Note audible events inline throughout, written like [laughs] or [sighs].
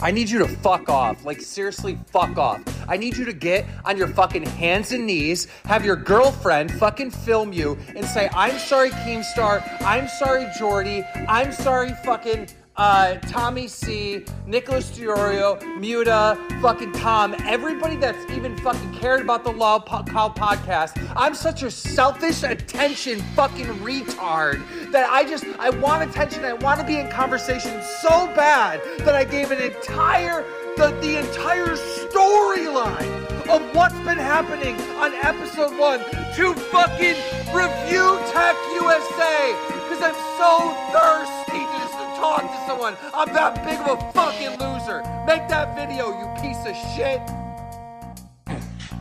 I need you to fuck off. Like, seriously, fuck off. I need you to get on your fucking hands and knees, have your girlfriend fucking film you, and say, I'm sorry, Keemstar. I'm sorry, Jordy. I'm sorry, fucking. Uh, Tommy C, Nicholas Diorio, Muta, fucking Tom, everybody that's even fucking cared about the Law po- Cow podcast. I'm such a selfish attention fucking retard that I just, I want attention. I want to be in conversation so bad that I gave an entire, the, the entire storyline of what's been happening on episode one to fucking review Tech USA because I'm so thirsty to just talk to someone. I'm that big of a fucking loser. Make that video, you piece of shit.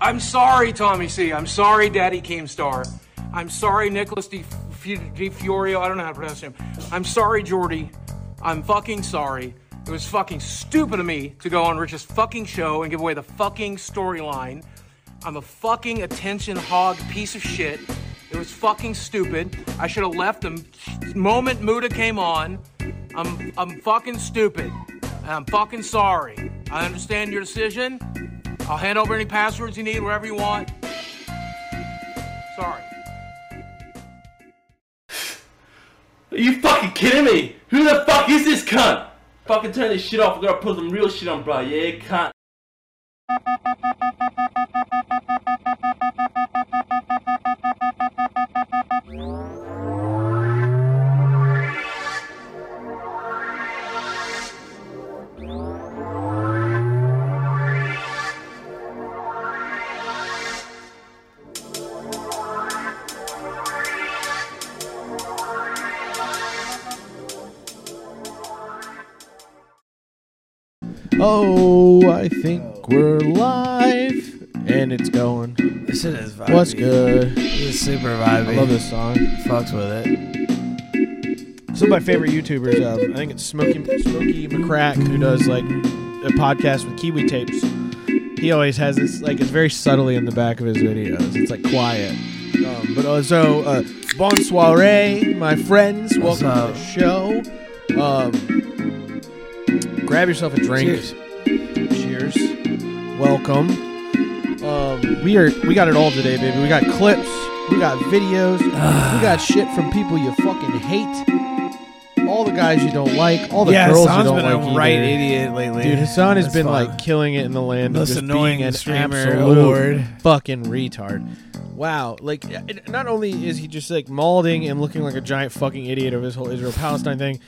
I'm sorry, Tommy C. I'm sorry, Daddy Keemstar. I'm sorry, Nicholas Di Fiorio. I don't know how to pronounce him. I'm sorry, Jordy. I'm fucking sorry. It was fucking stupid of me to go on Rich's fucking show and give away the fucking storyline. I'm a fucking attention hog piece of shit. It was fucking stupid. I should have left the moment Muda came on. I'm I'm fucking stupid. And I'm fucking sorry. I understand your decision. I'll hand over any passwords you need, wherever you want. Sorry. Are you fucking kidding me? Who the fuck is this cunt? Fucking turn this shit off. We're gonna put some real shit on, bro. Yeah, cunt. Oh, I think we're live and it's going. This shit is vibey. What's good? This is super vibey. I love this song. Fucks with it. Some of my favorite YouTubers. Um, I think it's Smokey Smokey McCrack who does like a podcast with Kiwi tapes. He always has this like it's very subtly in the back of his videos. It's like quiet. Um, but also, uh, bon soiree, my friends. What's Welcome to up? the show. Um, grab yourself a drink. Cheers. Cheers. Welcome. Um, we are we got it all today, baby. We got clips, we got videos, we [sighs] got shit from people you fucking hate. All the guys you don't like, all the yeah, girls you Hassan's don't been like. a right either. idiot lately. Dude, Hassan has That's been fine. like killing it in the land. Most of just annoying being an streamer absolute award. Fucking retard. Wow. Like, it- not only is he just like malding and looking like a giant fucking idiot of his whole Israel Palestine thing,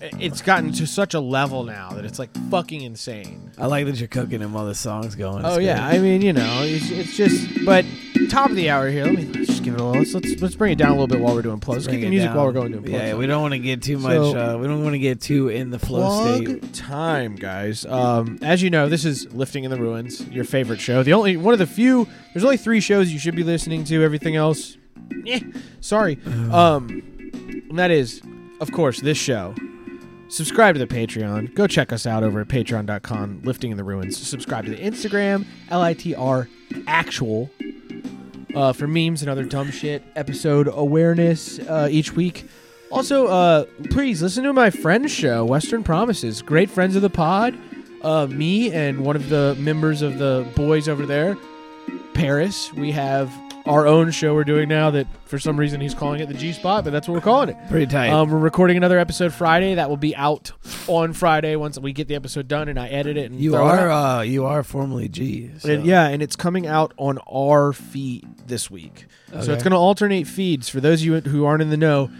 i- it's gotten to such a level now that it's like fucking insane. I like that you're cooking him while the song's going. oh It's yeah, I mean you know it's, it's just but top of the hour here. Let me let's just give it a little. Let's let's, let's bring it down a little bit while we're doing [laughs] plugs. Let's get Bring the it music down. while we're going to plugs. Yeah, we don't want to get too much. So- uh, we don't want to get too in the flow plug state. time, guys. Um, as you know, this is Lifting in the Ruins, your favorite show. The only one of the few. There's only three shows you should be listening to. Everything else, eh, [sighs] sorry. Um, and that is, of course, this show. Subscribe to the Patreon. Go check us out over at patreon.com, Lifting in the Ruins. Subscribe to the Instagram, L-I-T-R actual, uh, for memes and other dumb shit, episode awareness uh, each week. Also, uh, please listen to my friend's show, Western Promises. Great friends of the pod. Uh, me and one of the members of the boys over there, Paris. We have our own show we're doing now that for some reason he's calling it the G Spot, but that's what we're calling it. Pretty tight. Um, we're recording another episode Friday. That will be out on Friday once we get the episode done and I edit it. And you throw it are up. uh, you are formerly G. So. And- yeah, and it's coming out on our feed this week. So Okay. it's going to alternate feeds. For those of you who aren't in the know,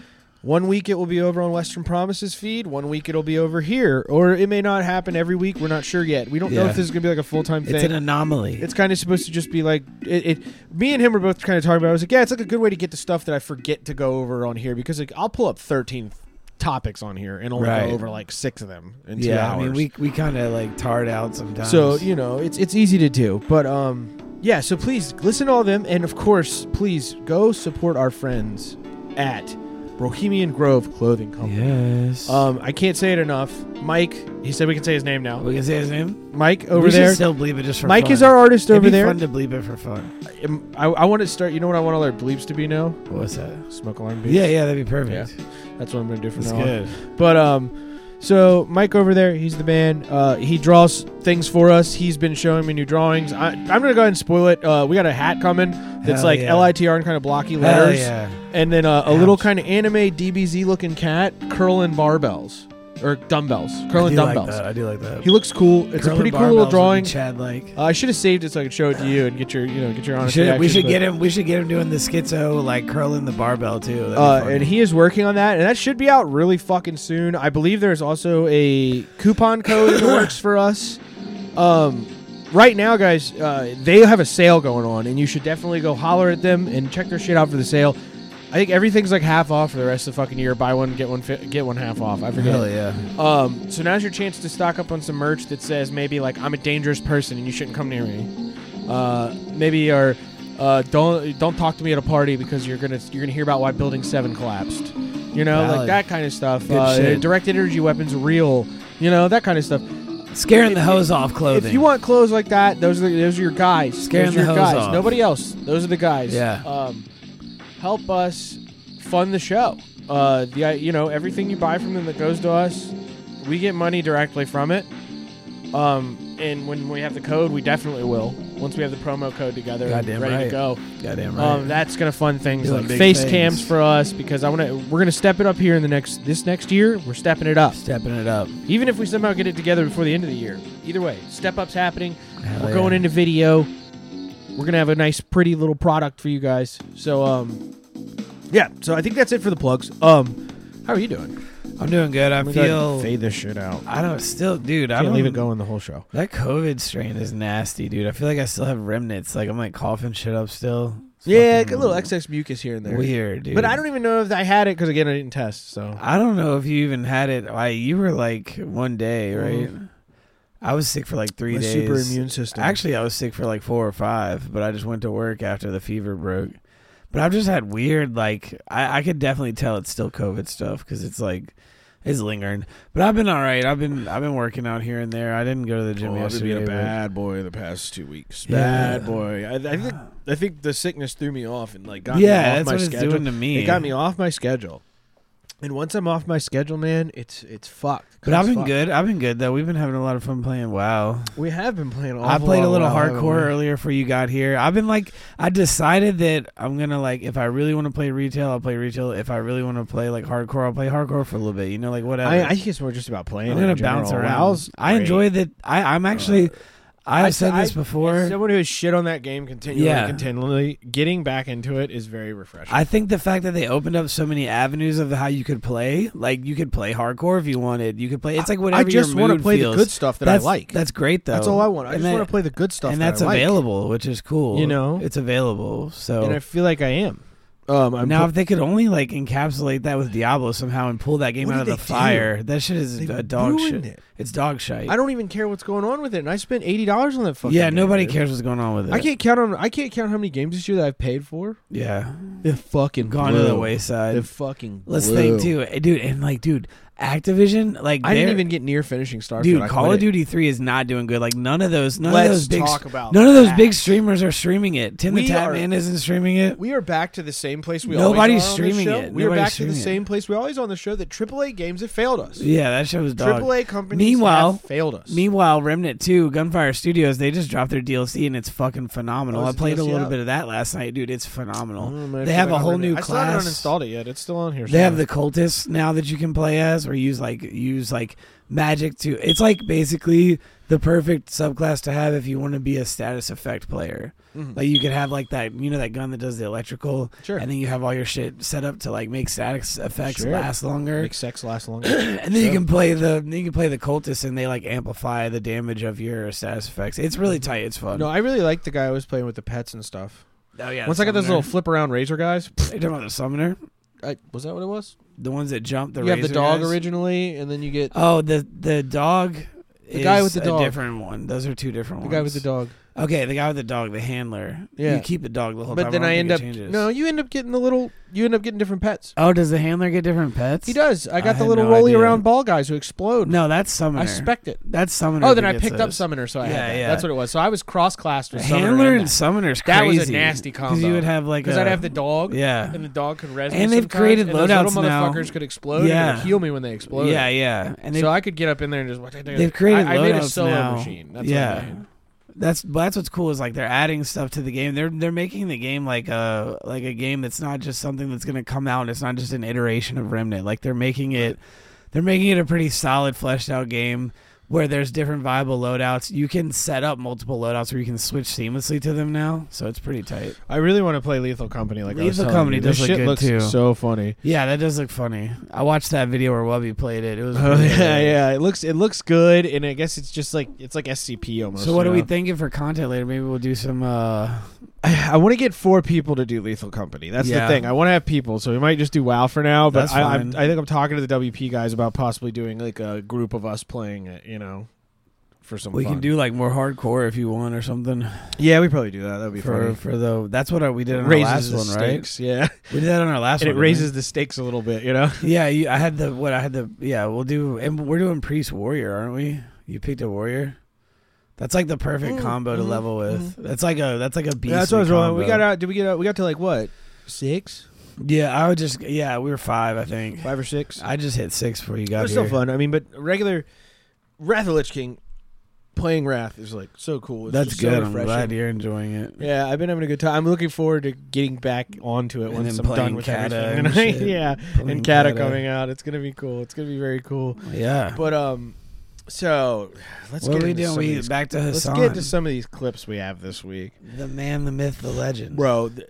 one week it will be over on Western Promises feed, one week it'll be over here, or it may not happen every week. We're not sure yet. We don't know Yeah. if this is going to be like a full time thing. it's an anomaly. It's kind of supposed to just be like it, it. Me and him were both kind of talking about. It. I was like, yeah, it's like a good way to get the stuff that I forget to go over on here because like I'll pull up thirteen topics on here and only Right. go over like six of them in two yeah, hours. I mean we we kind of like tarred out sometimes. so you know it's it's easy to do, but um, yeah. So please listen to all of them, and of course, please go support our friends at Bohemian Grove Clothing Company. yes. Um, I can't say it enough. Mike, he said we can say his name now. we can say his name Mike over we should there. Still bleep it just for Mike fun. is our artist It'd over be there. Fun to bleep it for fun. I, I want to start. You know what I want all our bleeps to be now? What's that? Smoke alarm beats. Yeah, yeah, that'd be perfect. That's what I'm gonna do from That's now on. good. But um, So Mike over there, he's the man. Uh, he draws things for us. He's been showing me new drawings. I, I'm gonna go ahead and spoil it. Uh, we got a hat coming that's Hell like yeah. LITR and kind of blocky Hell letters, yeah. and then uh, a little Ouch. kind of anime DBZ looking cat curling barbells or dumbbells, I curling do like dumbbells. that. I do like that. He looks cool. It's a Curling pretty cool little barbells would be drawing. Chad-like. Uh, I should have saved it so I could show it to you and get your you know get your We honest. should, we reaction, should but- get him. We should get him doing the schizo, like curling the barbell too. That'd be Uh, funny. and he is working on that, and that should be out really fucking soon. I believe there's also a coupon code in [coughs] the works for us. Um, right now, guys, uh, they have a sale going on, and you should definitely go holler at them and check their shit out for the sale. I think everything's like half off for the rest of the fucking year. Buy one, get one, fi- get one half off. I forget. hell yeah. Um, so now's your chance to stock up on some merch that says maybe like I'm a dangerous person and you shouldn't come near me. Uh, maybe or uh, don't don't talk to me at a party because you're gonna you're gonna hear about why Building Seven collapsed. You know, like Valid. that kind of stuff. Good Uh, shit. direct energy weapons, real. You know that kind of stuff. Scaring the hose off clothing. If you want clothes like that, those are the, those are your guys. Scaring those are your the hose guys. off. Nobody else. Those are the guys. Yeah. Um, help us fund the show. Uh, the you know everything you buy from them that goes to us, we get money directly from it. Um, and when we have the code, we definitely will. Once we have the promo code together, and Goddamn ready to right. go. goddamn right. Um, that's gonna fund things Doing like big face things. cams for us because I wanna we're gonna step it up here in the next this next year. We're stepping it up. stepping it up. Even if we somehow get it together before the end of the year. Either way, step up's happening. Hell We're yeah. going into video. We're gonna have a nice, pretty little product for you guys. So, um, yeah. So I think that's it for the plugs. Um, how are you doing? Oh I'm doing good. I feel. fade this shit out. I don't still, dude. I I don't can't leave it going the whole show. That COVID strain is nasty, dude. I feel like I still have remnants. Like I'm like coughing shit up still. It's Yeah, fucking a little excess mucus here and there. weird, dude. But I don't even know if I had it because again, I didn't test. So I don't know if you even had it. Like you were like one day, right? I was sick for like three Mm-hmm. my days. super immune system. Actually, I was sick for like four or five, but I just went to work after the fever broke. But I've just had weird, like I, I could definitely tell it's still COVID stuff because it's like it's lingering. But I've been all right. I've been I've been working out here and there. I didn't go to the Oh, gym I've been yesterday. being a but- bad boy the past two weeks. Yeah. Ah. Bad boy. I, I think I think the sickness threw me off and like got me Yeah, off that's my what schedule. it's doing to me. It got me off my schedule. And once I'm off my schedule, man, it's it's fucked. But I've It's been fucked. good. I've been good though. We've been having a lot of fun playing WoW. We have been playing. An I awful played lot a of little WoW, haven't hardcore we? earlier before you got here. I've been like, I decided that I'm gonna like, if I really want to play retail, I'll play retail. If I really want to play like hardcore, I'll play hardcore for a little bit. You know, like whatever. I, I guess we're just about playing. am it gonna in general. bounce around. WoW's I great. Uh, enjoy that. I, I'm actually. I've said this I- before. As someone who has shit on that game continually, Yeah. continually, getting back into it is very refreshing. I think the fact that they opened up so many avenues of how you could play, like you could play hardcore if you wanted. You could play. It's like whatever. I just want to play the good stuff that I that's, like. That's great though. That's all I want. I And just that- want to play the good stuff, and that I that's like. available, which is cool. You know? it's available. So And I feel like I am. Um, I'm now, if they could only like encapsulate that with Diablo somehow and pull that game What out did of the they do? fire, that shit is They a dog ruined shit. it. It's dog shite. I don't even care what's going on with it. And I spent eighty dollars on that fucking. yeah, game, nobody dude. cares what's going on with it. I can't count on. I can't count how many games this year that I've paid for. Yeah, They're fucking gone to the blew. wayside. They're fucking. Let's blew. think too, Eh, dude. And like, dude, Activision, like, I didn't they're- even get near finishing Starfield. Dude, I Call quit of it. Duty Three is not doing good. Like none of those, none Let's of those big, talk about none of those that. big streamers are streaming it. Tim We the are- Tatman isn't streaming it. We are back to the same place we always Nobody's are streaming on this show. it. We Nobody's are back to the streaming it. same place we always are on the show that AAA games have failed us. Yeah, that show was dog. AAA companies Meanwhile, have failed us. Meanwhile, Remnant 2, Gunfire Studios, they just dropped their DLC and it's fucking phenomenal. Oh, I is the played a DLC little out? bit of that last night, dude. It's phenomenal. Oh, man, I they feel have like a I'm whole ready- new I still class. haven't uninstalled it yet. It's still on here. They have somewhere. the cultists now that you can play as, or use like use like magic to. It's like basically the perfect subclass to have if you want to be a status effect player. Like you could have like that, you know, that gun that does the electrical, Mm-hmm. Sure. and then you have all your shit set up to like make status effects Sure. last longer. make sex last longer. [coughs] And then you can play the then you can play the cultists and they like amplify the damage of your status effects. It's really tight. It's fun. no, I really like the guy I was playing with the pets and stuff. oh yeah. Once the I got those little summoner. flip around razor guys, Are you talking about the summoner, I, was that what it was? the ones that jump. The you have the razor dog guys? originally, and then you get Oh, the the dog. The guy with the dog. different one. Those are two different the ones. guy with the dog. Okay, the guy with the dog, the handler. Yeah. You keep the dog the whole but time. then I, I don't end up think it changes. no. You end up getting the little. You end up getting different pets. Oh, does the handler get different pets? He does. I got the had little no rolly idea. around ball guys who explode. No, that's summoner. I spec it. That's summoner. Oh, then who I gets picked up those. Summoner, so I Yeah, had that. yeah. That's what it was. So I was cross classed with Summoner. handler and and summoner's That was crazy. a nasty combo. Because you would have like because a, I'd have the dog. Yeah. and the dog could res. me And they've sometimes, created and those little loadouts now. motherfuckers could explode. and Yeah. they'd heal me when they explode. yeah, yeah, and they so I could get up in there and just. They've created I, I made a loadouts solo now. machine. That's yeah, What I made. that's but that's what's cool is like they're adding stuff to the game. They're they're making the game like a like a game that's not just something that's gonna come out. It's not just an iteration of Remnant. Like they're making it, they're making it a pretty solid fleshed out game where there's different viable loadouts. You can set up multiple loadouts where you can switch seamlessly to them now. So it's pretty tight. I really want to play Lethal Company. Like I was Lethal telling Company you. does this look shit good, looks too. so funny. Yeah, that does look funny. I watched that video where Wubby played it. It was Oh [laughs] really yeah, good. yeah. It looks it looks good, and I guess it's just like it's like SCP almost. So what you are we know? thinking for content later? Maybe we'll do some. uh I, I want to get four people to do Lethal Company. That's Yeah. the thing. I want to have people, so we might just do WoW for now. But That's I, I'm, fine. I think I'm talking to the WP guys about possibly doing like a group of us playing it. You know, for some. We fun. can do like more hardcore if you want or something. Yeah, we probably do that. That'd be for funny. for the that's what our, we did on raises the our last one, right? stakes, yeah, We did that on our last and it one. didn't we? raises the stakes a little bit. You know, Yeah, you, I had the what I had the yeah. We'll do and we're doing priest warrior, aren't we? You picked a warrior. That's like the perfect combo to level with. That's like a that's like a beast. We got out. Did we get out? We got to like what six, Yeah, I would just yeah. We were five, I think. five or six. I just hit six before you got It was here. still fun. I mean, but regular Wrath of the Lich King playing Wrath is like so cool. It's That's just good. So I'm refreshing. glad you're enjoying it. Yeah, I've been having a good time. I'm looking forward to getting back onto it And once then I'm done playing with Kata everything. and shit. [laughs] yeah, Playing and Kata, Kata. coming out. It's gonna be cool. It's gonna be very cool. Yeah. But um, so let's what get are we into doing? some of We these- back to Let's Hassan. get to some of these clips we have this week, the man, the myth, the legend. bro. The,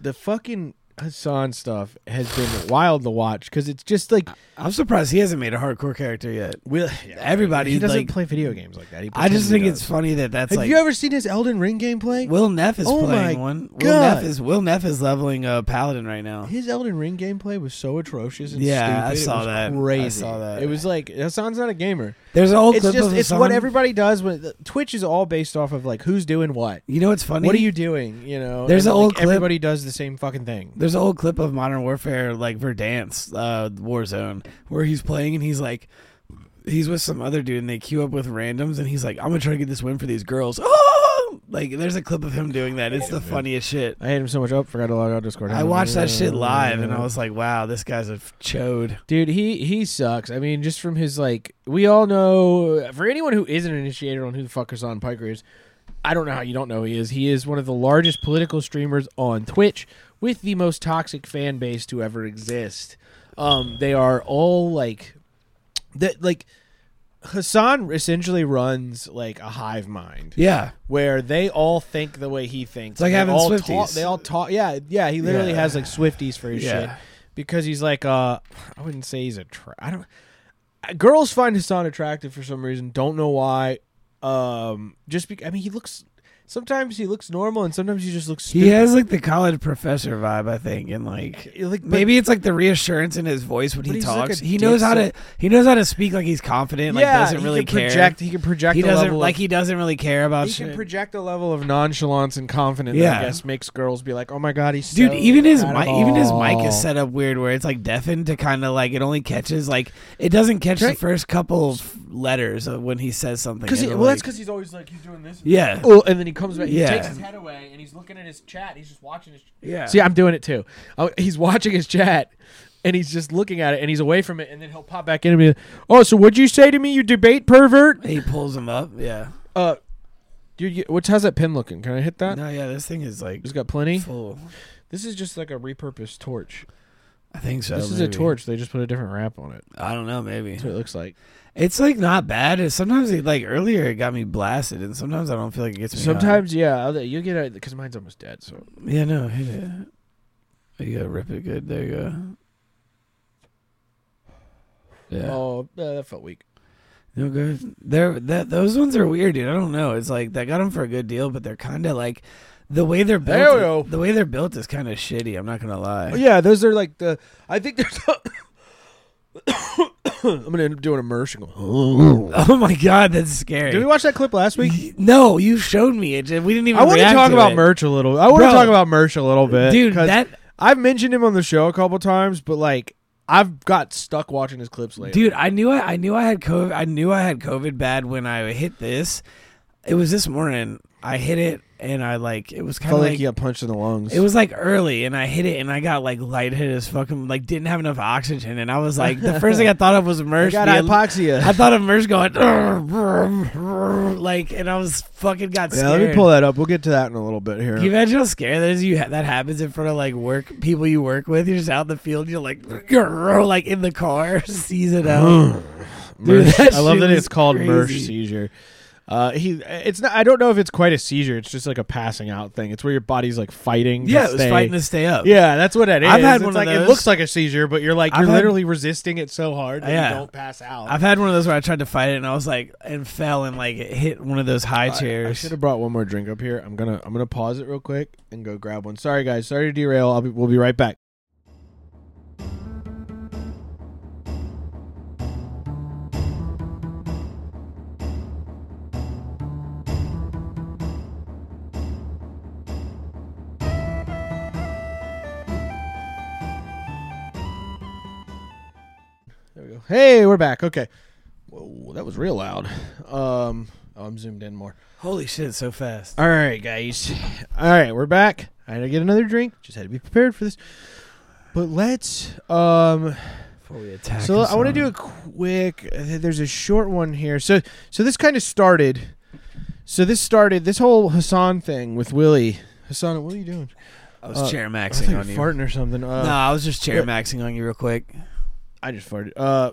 the [coughs] fucking Hassan stuff has been wild to watch because it's just like I'm surprised he hasn't made a hardcore character yet. Will Everybody, He doesn't like- play video games like that. He I just pretends he think it's does. funny that that's Have like you ever seen his Elden Ring gameplay? Will Neff is Oh playing my one. Will God. Neff is Will Neff is leveling a paladin right now. His Elden Ring gameplay was so atrocious and Yeah, stupid. I saw it was that. I Crazy. saw that. Oh, It was like Hassan's not a gamer. There's an old It's clip just of it's Hassan. what everybody does when Twitch is all based off of like who's doing what. You know what's funny? What are you doing? You know, There's and, an old like, clip- everybody does the same fucking thing. There's an old clip of Modern Warfare like Verdansk, uh, Warzone, where he's playing and he's like, he's with some other dude and they queue up with randoms and he's like, I'm gonna try to get this win for these girls. [laughs] Oh! Like there's a clip of him doing that. It's the funniest shit. I hate him so much. Oh, forgot to log out Discord. I watched that [laughs] shit live and I was like, wow, this guy's a f- chode. Dude, he he sucks. I mean, just from his like, we all know. For anyone who isn't initiated on who the fuck Hassan Piker is, I don't know how you don't know he is. He is one of the largest political streamers on Twitch, with the most toxic fan base to ever exist. Um, they are all like, that like, Hassan essentially runs like a hive mind Yeah. where they all think the way he thinks. like they having all Swifties. talk- they all talk. Yeah, yeah. He literally Yeah. has like Swifties for his Yeah. shit because he's like. Uh, I wouldn't say he's a. Tra- I don't. uh, Girls find Hassan attractive for some reason. Don't know why. Um, just be- I mean, he looks. Sometimes he looks normal, and sometimes he just looks. Stupid. He has like the college professor vibe, I think, and like Eh, Like, but- maybe it's like the reassurance in his voice when he he's like talks. a he knows how to dickhead. he knows how to speak like he's confident, like yeah, doesn't he really can care. Project. He can project. he a doesn't level like of- he doesn't really care about He shit. can project a level of nonchalance and confidence. that I Yeah. guess makes girls be like, "Oh my god, he's Dude, so even his out of mic, even his mic all." is set up weird, where it's like deafened to kind of like it only catches like it doesn't catch Can I- the first couple of letters of when he says something. Cause he, It'll, well, that's like- because he's always like he's doing this. yeah, Oh, and then he comes back. He Yeah. takes his head away and he's looking at his chat. He's just watching his. yeah. See, I'm doing it too. I- He's watching his chat and he's just looking at it and he's away from it and then he'll pop back in and be like, "Oh, so what'd you say to me, you debate pervert?" he pulls him up. Yeah, Uh, dude, you, which how's that pin looking? Can I hit that? no, yeah, this thing is like It's got plenty. full. This is just like a repurposed torch. I think so. This is a maybe. torch. They just put a different wrap on it. I don't know, maybe. That's what it looks like. It's like not bad. It's sometimes it, like earlier it got me blasted, and sometimes I don't feel like it gets me. Sometimes, yeah, I'll, you get it because mine's almost dead. So hot. yeah, no, hit it. You gotta rip it good. There you go. Yeah, oh, uh, that felt weak. no good. There, that those ones are weird, dude. I don't know. It's like they got them for a good deal, but they're kind of like the way they're built. There we go. The Oh, way they're built is kind of shitty. I'm not gonna lie. Yeah, those are like the. I think there's. [coughs] I'm gonna end up doing a merch. and go, [laughs] Oh my god, that's scary. Did we watch that clip last week? no, you showed me it. We didn't even. I want to react talk about it. merch a little. I want to Bro. talk about merch a little bit, Dude, 'cause that- I've mentioned him on the show a couple times, but like I've got stuck watching his clips lately. Dude, I knew I, I knew I had COVID. I knew I had COVID bad when I hit this. It was this morning. I hit it and I like it was kind felt of like, like he got punched in the lungs. it was like early and I hit it and I got like lightheaded as fucking like didn't have enough oxygen and I was like the first thing I thought of was I Mersh. got being- hypoxia. I thought of Mersh going [laughs] "Urgh, urgh, urgh," like and I was fucking got yeah, scared. let me pull that up. We'll get to that in a little bit here. Can you imagine how scared that is? You ha- that happens in front of like work people you work with. You're just out in the field. You're like, [laughs] "Grrr," like in the car, [laughs] sees it out. Dude, Mersh- that I love shit that was it's called Mersh crazy. seizure. Uh, he, it's not. I don't know if it's quite a seizure. It's just like a passing out thing. It's where your body's like fighting. to yeah, it was stay- fighting to stay up. Yeah, that's what it is. I've had It's one of like it those. looks like a seizure, but you're like I've you're had- literally resisting it so hard that Yeah. you don't pass out. I've had one of those where I tried to fight it and I was like, and fell and like it hit one of those high I chairs. should have brought one more drink up here. I'm gonna I'm gonna pause it real quick and go grab one. Sorry guys, sorry to derail. I'll be, we'll be right back. There we go. Hey, we're back. Okay. Whoa, that was real loud. Um, oh, I'm zoomed in more. Holy shit, so fast. All right, guys. All right, we're back. I had to get another drink. Just had to be prepared for this. But let's. Um, Before we attack. so I want to do a it. quick. uh, There's a short one here. So so this kind of started. So this started this whole Hassan thing with Willie. Hassan, what are you doing? I was uh, chair I think maxing I'm on you. farting or something. Uh, no, I was just chair yeah. maxing on you real quick. I just farted. Uh,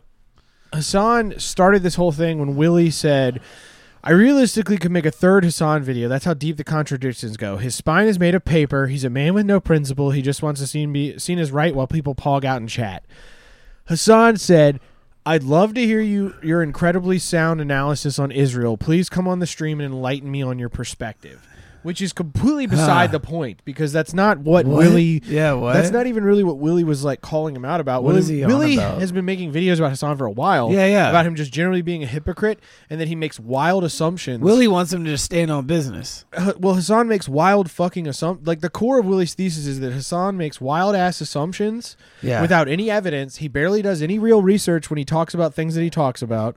Hassan started this whole thing when Willie said, I realistically could make a third Hassan video. That's how deep the contradictions go. His spine is made of paper. He's a man with no principle. He just wants to seen be seen as right while people pog out and chat. Hassan said, I'd love to hear you your incredibly sound analysis on Israel. Please come on the stream and enlighten me on your perspective. Which is completely [sighs] beside the point because that's not what, What? Willie Yeah, what? That's not even really what Willie was like calling him out about. What Willie, is he on Willie about? has been making videos about Hassan for a while. Yeah, yeah. About him just generally being a hypocrite and that he makes wild assumptions. Willie wants him to just stand on business. H- well, Hassan makes wild fucking assumptions. Like the core of Willie's thesis is that Hassan makes wild ass assumptions Yeah. without any evidence. He barely does any real research when he talks about things that he talks about.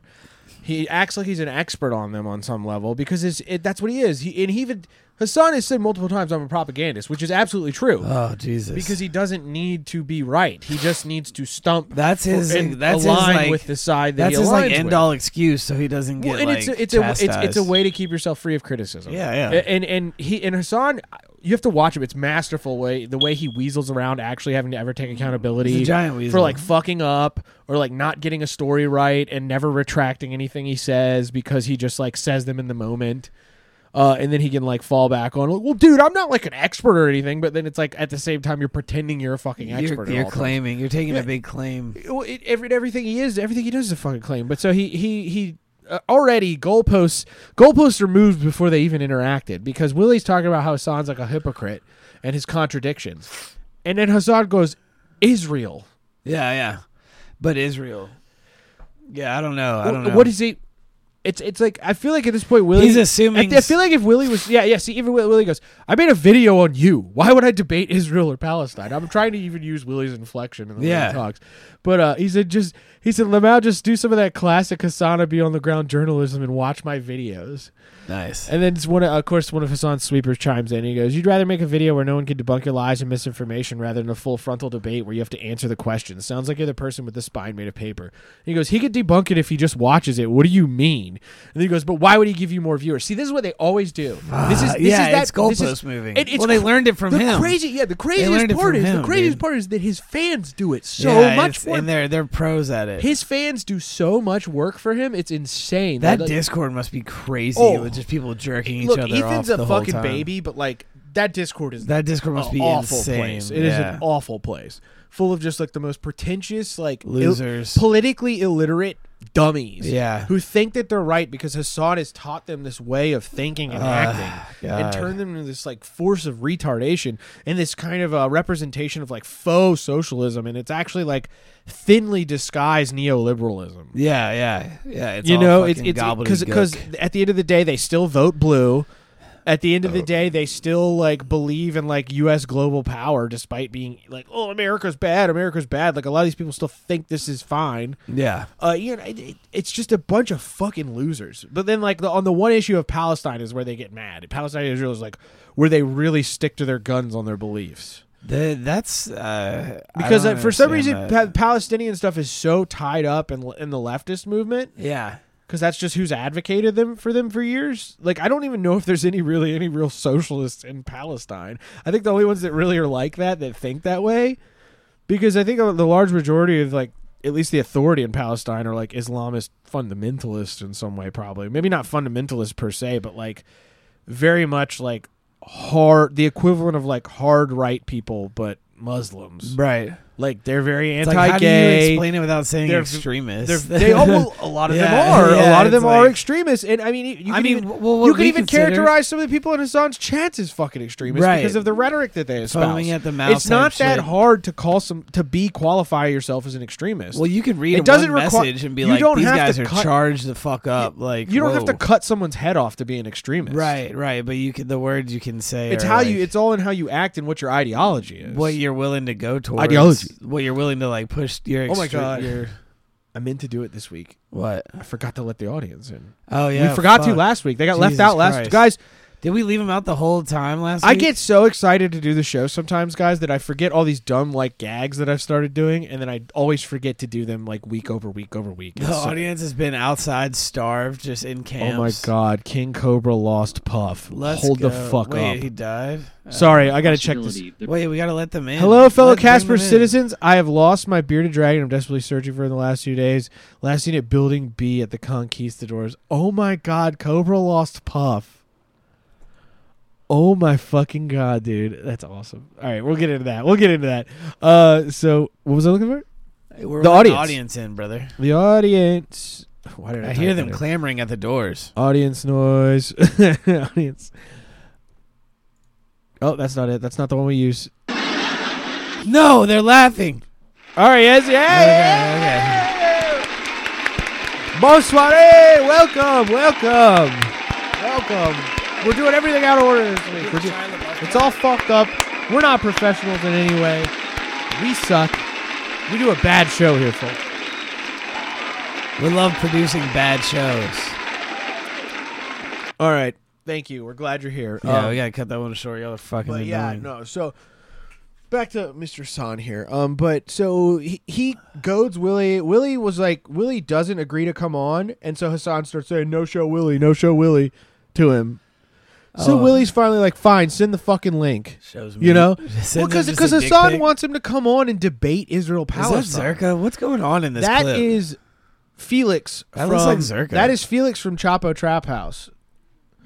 He acts like he's an expert on them on some level because it's, it, that's what he is. He and he even Hassan has said multiple times, "I'm a propagandist," which is absolutely true Oh Jesus. because he doesn't need to be right. He just needs to stump. That's his- and that's his, align like- with the side that that's he his like aligns end with. all excuse, so he doesn't get Well, and like it's a, it's a it's, it's a chastised. way to keep yourself free of criticism. Yeah, yeah. A- And and he and Hassan, you have to watch him. It's masterful way the way he weasels around actually having to ever take accountability. He's a giant for weasel. like fucking up or like not getting a story right and never retracting anything he says because he just like says them in the moment. Uh, and then he can like fall back on, like, well, dude, I'm not like an expert or anything. But then it's like at the same time, you're pretending you're a fucking expert. You're, at all you're times claiming. You're taking a big claim. well, it, every, everything he is, everything he does is a fucking claim. But so he he he uh, already goalposts goalposts are moved before they even interacted because Willie's talking about how Hassan's like a hypocrite and his contradictions, and then Hassan goes Israel. Yeah, yeah. But Israel. Yeah, I don't know. I don't know. What is he? It's it's like I feel like at this point Willie He's assuming- I, I feel like if Willie was yeah yeah see even Willie Willie goes I made a video on you why would I debate Israel or Palestine I'm trying to even use Willie's inflection in the way Yeah. he talks but uh, he said just he said Lamau just do some of that classic Hassan be on the ground journalism and watch my videos nice? and then it's one of, of course one of Hassan's sweepers chimes in and he goes you'd rather make a video where no one can debunk your lies and misinformation rather than a full frontal debate where you have to answer the question sounds like you're the person with the spine made of paper and he goes he could debunk it if he just watches it what do you mean and then he goes but why would he give you more viewers see this is what they always do [sighs] this is this yeah, is that it's this is- goalpost moving. and it's Well, they cr- learned it from the him. crazy yeah the craziest learned it part from is the him, craziest dude. part is that his fans do it so Yeah, much it's- for and they're they're pros at it. his fans do so much work for him it's insane that Like- Discord must be crazy Oh. with just people jerking each Look, other off Ethan's the a whole fucking time. baby, but like that Discord is That Discord must an be awful insane. place. It is Yeah. an awful place, full of just like the most pretentious, like ill- Losers. politically illiterate dummies Yeah. who think that they're right because Hassan has taught them this way of thinking and acting God. and turned them into this like force of retardation and this kind of uh, representation of like faux socialism and it's actually like thinly disguised neoliberalism. Yeah, yeah, yeah. It's you all know, it's fucking it's because gobbledygook. because at the end of the day they still vote blue. At the end Oh. of the day, they still like believe in like U.S. global power, despite being like, "Oh, America's bad, America's bad." Like a lot of these people still think this is fine yeah, uh, you know, it, it, it's just a bunch of fucking losers. But then, like the, on the one issue of Palestine is where they get mad. Palestine and Israel is like where they really stick to their guns on their beliefs. Th- that's uh, I Because uh, don't for some reason, understand that. pa- Palestinian stuff is so tied up in in the leftist movement yeah, because that's just who's advocated them for them for years. Like I don't even know if there's any really any real socialists in Palestine. I think the only ones that really are like that that think that way, because I think the large majority of like at least the authority in Palestine are like Islamist fundamentalists in some way, probably maybe not fundamentalists per se, but like very much like hard the equivalent of like hard right people, but Muslims. right. Like they're very It's like, how do you anti-gay. explain it without saying They're- extremists? [laughs] They're, they all, well, a lot of Yeah, them are. a yeah, lot of them it's are like- extremists, and I mean, you can I mean, even, w- well, what you could we even consider- characterize some of the people in Hassan's chants as fucking extremists Right. because of the rhetoric that they espouse. Foaming at the mouth It's not type that shit. hard to call some to be qualify yourself as an extremist. Well, you could read It one doesn't requi- message and be you like, don't "These have guys to are cut- charged the fuck up." like you don't have to whoa. cut someone's head off to be an extremist, Right, right. But you could the words you can say. It's are, how like, you. It's all in how you act and what your ideology is. what you're willing to go towards. Ideology. What you're willing to like push your. oh my extre- god! Your, I meant to do it this week. what? I forgot to let the audience in. Oh yeah. we forgot to fuck. last week. They got left Jesus out last. Christ. Guys, Did we leave him out the whole time last? I week? get so excited to do the show sometimes, guys, that I forget all these dumb like gags that I've started doing, and then I always forget to do them like week over week over week. The It's so- audience has been outside, starved, just in oh camps. my god, King Cobra lost Puff. Let's Hold the go. fuck Wait, up. He died. Uh, Sorry, I gotta check this. Wait, we gotta let them in. Hello, fellow Let- bring Casper them in. citizens. I have lost my bearded dragon. I'm desperately searching for in the last few days. Last seen at Building B at the Conquistadors. Oh my god, Cobra lost Puff. Oh my fucking god, dude. That's awesome. All right, we'll get into that. We'll get into that. Uh, so what was I looking for? Hey, We're The letting audience. in, brother. The audience. Why did I, I type hear that them in? clamoring at the doors. audience noise. [laughs] audience. Oh, that's not it. That's not the one we use. No, they're laughing. All right, yes, yeah, Okay, yeah. okay. Bonsoir! Welcome, welcome, welcome. We're doing everything out of order this week. We're ju- it's all fucked up. We're not professionals in any way. We suck. We do a bad show here, folks. We love producing bad shows. All right. Thank you. We're glad you're here. Yeah, Um, we gotta cut that one short. Y'all are fucking but annoying. yeah, no. So back to Mr. San here. Um, but so he, he goads Willie. Willie was like, Willie doesn't agree to come on, and so Hassan starts saying, "No show, Willie. No show, Willie," to him. So Oh. Willie's finally like, "Fine, send the fucking link." Shows me. You know, well, [laughs] Send them because just because a dick Hassan pic. wants him to come on and debate Israel Is Palestine. that Zerka? What's going on in this That clip? is Felix. That from, looks like Zerka. That is Felix from Chapo Trap House.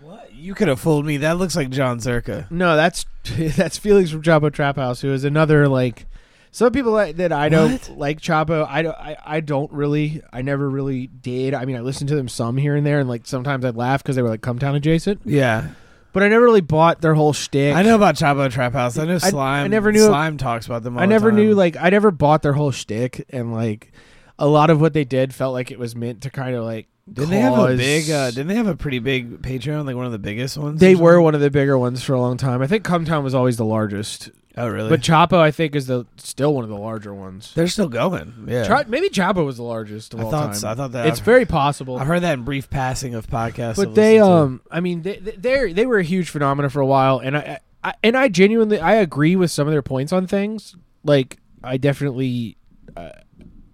what? You could have fooled me. That looks like John Zerka. No, that's [laughs] that's Felix from Chapo Trap House, who is another like some people that, that I don't like Chapo. I don't. I, I don't really. I never really did. I mean, I listened to them some here and there, and like sometimes I'd laugh because they were like come town adjacent, Yeah, but I never really bought their whole shtick. I know about Chavo Trap House. I know I- I Slime. never knew- Slime talks about them. All I never the time. knew like I never bought their whole shtick, and like a lot of what they did felt like it was meant to kind of like. Didn't they have a cause- big? Uh, didn't they have a pretty big Patreon? Like one of the biggest ones. they or were one of the bigger ones for a long time. I think Cumtown was always the largest, something? Oh really? but Chapo I think is the still one of the larger ones. they're still going. Yeah. Tra- maybe Jabba was the largest of I all thought time. so. I thought that- it's very possible. I've heard that in brief passing of podcasts. I've but they, listened um, to. I mean, they they they were a huge phenomenon for a while, and I, I and I genuinely I agree with some of their points on things. Like I definitely, uh,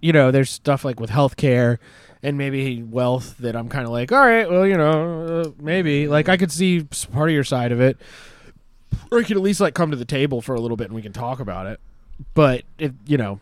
you know, there's stuff like with healthcare and maybe wealth that I'm kind of like, all right, well, you know, uh, maybe like I could see s- part of your side of it, or you could at least like come to the table for a little bit and we can talk about it. But if you know,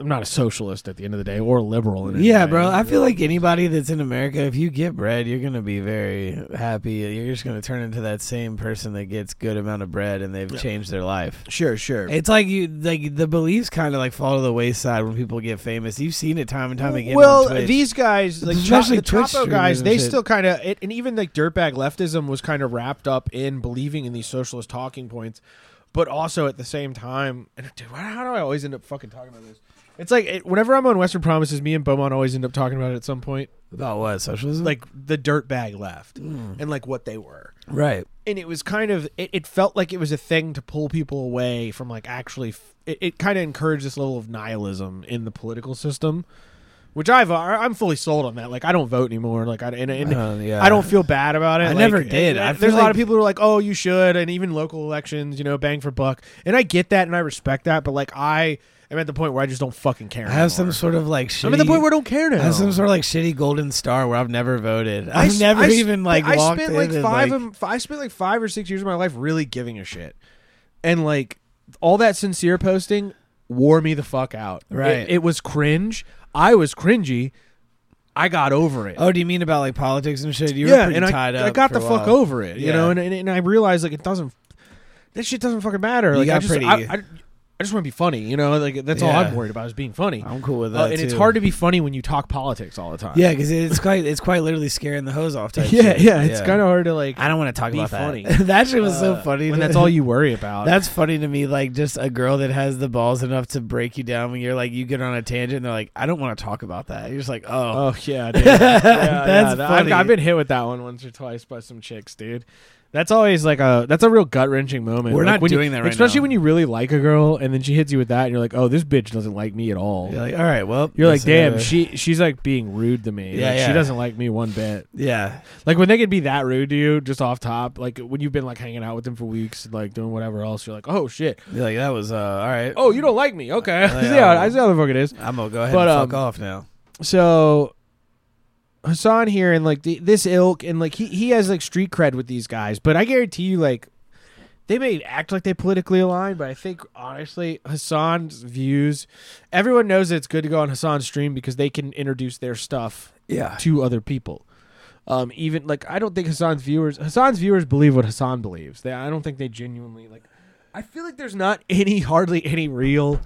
I'm not a socialist at the end of the day or a liberal. In any Yeah, way. bro. I feel like anybody that's in America, if you get bread, you're gonna be very happy. You're just gonna turn into that same person that gets good amount of bread and they've changed their life. Sure, sure. It's like you like the beliefs kind of like fall to the wayside when people get famous. You've seen it time and time again. well, on Twitch. these guys, like Especially Especially the Twitch Chapo guys, streamers and they shit. still kind of, and even like dirtbag leftism was kind of wrapped up in believing in these socialist talking points, but also at the same time, and [laughs] dude, why- how do I always end up fucking talking about this? It's like it, whenever I'm on Western Promises, me and Beaumont always end up talking about it at some point, about what socialism? like the dirtbag left Mm. and like what they were. right. and it was kind of it, it felt like it was a thing to pull people away from like actually f- it, it kind of encouraged this level of nihilism in the political system which i've I- i'm fully sold on that like i don't vote anymore like i and, and Uh, yeah. i don't feel bad about it I Like, never did. and- I and feel there's a lot like- of people who are like oh you should and even local elections you know bang for buck and i get that and i respect that but like i am at the point where i just don't fucking care I have anymore. some sort of like. Shitty, i'm at the point where i don't care now I have some sort of like shitty golden star where I've never voted. I've s- never I sp- even like I walked spent in like and, five. like- of, I spent like five or six years of my life really giving a shit, and like all that sincere posting wore me the fuck out. It- Right. it, was cringe. I was cringy. I got over it. Oh, do you mean about like politics and shit? You were yeah, pretty and tied I, up. I got for the a fuck while. over it. You Yeah. know, and, and and I realized like it doesn't. That shit doesn't fucking matter. like I got just, pretty- I, I, I just want to be funny. You know, like that's all Yeah. I'm worried about is being funny. I'm cool with Uh, that. and it's too. hard to be funny when you talk politics all the time. Yeah, because it's quite it's quite literally scaring the hose off. Type [laughs] yeah, shit. yeah. It's kind of hard to like. I don't want to talk be about funny. that. [laughs] Uh, that shit was so funny. Uh, when to- that's all [laughs] you worry about. That's funny to me. Like just a girl that has the balls enough to break you down when you're like you get on a tangent. and They're like, I don't want to talk about that. You're just like, oh, Oh [laughs] yeah, dude. Yeah, That's yeah. funny. I've, I've been hit with that one once or twice by some chicks, dude. That's always like a that's a real gut wrenching moment. We're Like, not when you- doing that right especially now. when you really like a girl and then she hits you with that, and you're like, oh, this bitch doesn't like me at all. you're like, all right, well, uh, You're like, this is damn, a- she she's like being rude to me. Yeah, Like, yeah. she doesn't like me one bit. yeah, Like when they could be that rude to you, just off top, like when you've been like hanging out with them for weeks, like doing whatever else, you're like, oh shit, you're like that was uh, all right. oh you don't like me, okay, Yeah. yeah, I [laughs] see how the fuck it is. I'm gonna go ahead But, and fuck um, off now. so Hassan here and like the, this ilk and like he he has like street cred with these guys, but I guarantee you like they may act like they politically aligned, but I think honestly Hassan's views everyone knows that it's good to go on Hassan's stream because they can introduce their stuff Yeah, to other people. Um, even like I don't think Hassan's viewers Hassan's viewers believe what Hassan believes. They, I don't think they genuinely like. I feel like there's not any hardly any real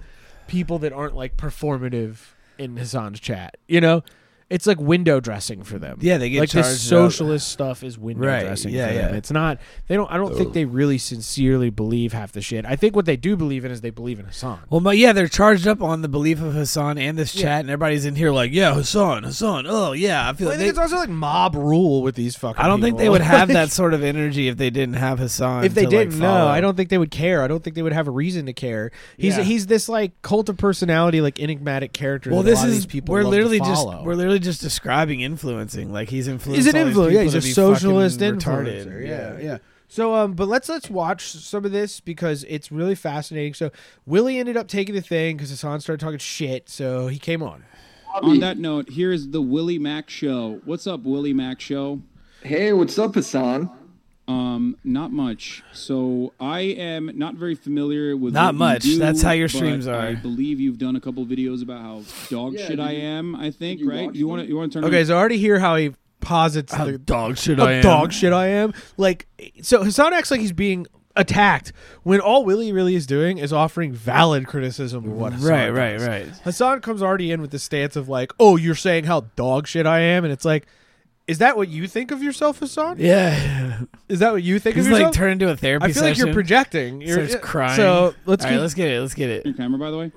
people that aren't like performative in Hassan's chat. You know, it's like window dressing for them. Yeah, they get like this charged up. socialist stuff is window Right, dressing yeah, for them. yeah. It's not they don't. I don't think they really sincerely believe half the shit. I think what they do believe in is they believe in Hassan. Well, but yeah, they're charged up on the belief of Hassan and this Yeah. chat, and everybody's in here like, yeah, Hassan, Hassan. Oh yeah, I feel. I like think they- it's also like mob rule with these fucking. I don't think people. they would have Like- [laughs] that sort of energy if they didn't have Hassan. if they to, like, didn't no follow. i don't think they would care i don't think they would have a reason to care he's Yeah. he's this like cult of personality like enigmatic character Well, that a this lot of is these people we're love to literally just follow. we're literally just describing influencing. Like he's influenced. he's an all these influencer yeah he's people a to be socialist fucking influencer retarded. yeah yeah so um but let's let's watch some of this because it's really fascinating so willie ended up taking the thing because hassan started talking shit so he came on On that note, here is the Willie Mack Show. What's up, Willie Mack Show? Hey, what's up, Hassan? Um, not much. So I am not very familiar with Not what you much. do, That's how your but streams are. I believe you've done a couple videos about how dog Yeah, shit did I you- am. I think you right. watch You want to you want to turn okay on- so I already hear how he posits How the dog shit how I am. dog shit I am. Like, so Hassan acts like he's being attacked when all Willie really is doing is offering valid criticism of what Hassan Right, right, does. right. Hassan comes already in with the stance of like, oh, you're saying how dog shit I am, and it's like, is that what you think of yourself, Hassan? [laughs] Yeah, Is that what you think he's of like yourself? turned into a therapy. I feel like you're session, projecting. You're starts crying. So let's All keep. right, let's get it. Let's get it. your camera by the way.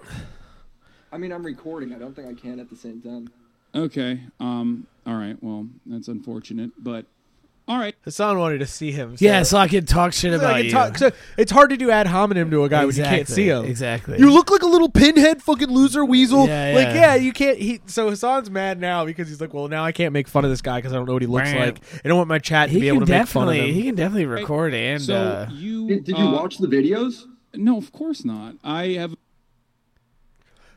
I mean, I'm recording. I don't think I can at the same time. Okay. Um. All right. Well, that's unfortunate, but all right. Hassan wanted to see him. So. Yeah, so I can talk shit So I about can you. talk- so it's hard to do ad hominem to a guy when you can't see him. Exactly. You look like a little pinhead fucking loser weasel. Yeah, Like, yeah. yeah, you can't. He so Hassan's mad now because he's like, well, now I can't make fun of this guy because I don't know what he looks Right. like. I don't want my chat to he be can able to make fun of definitely him. he can definitely record and So uh, you Did, did you uh, watch the videos? No, of course not. I have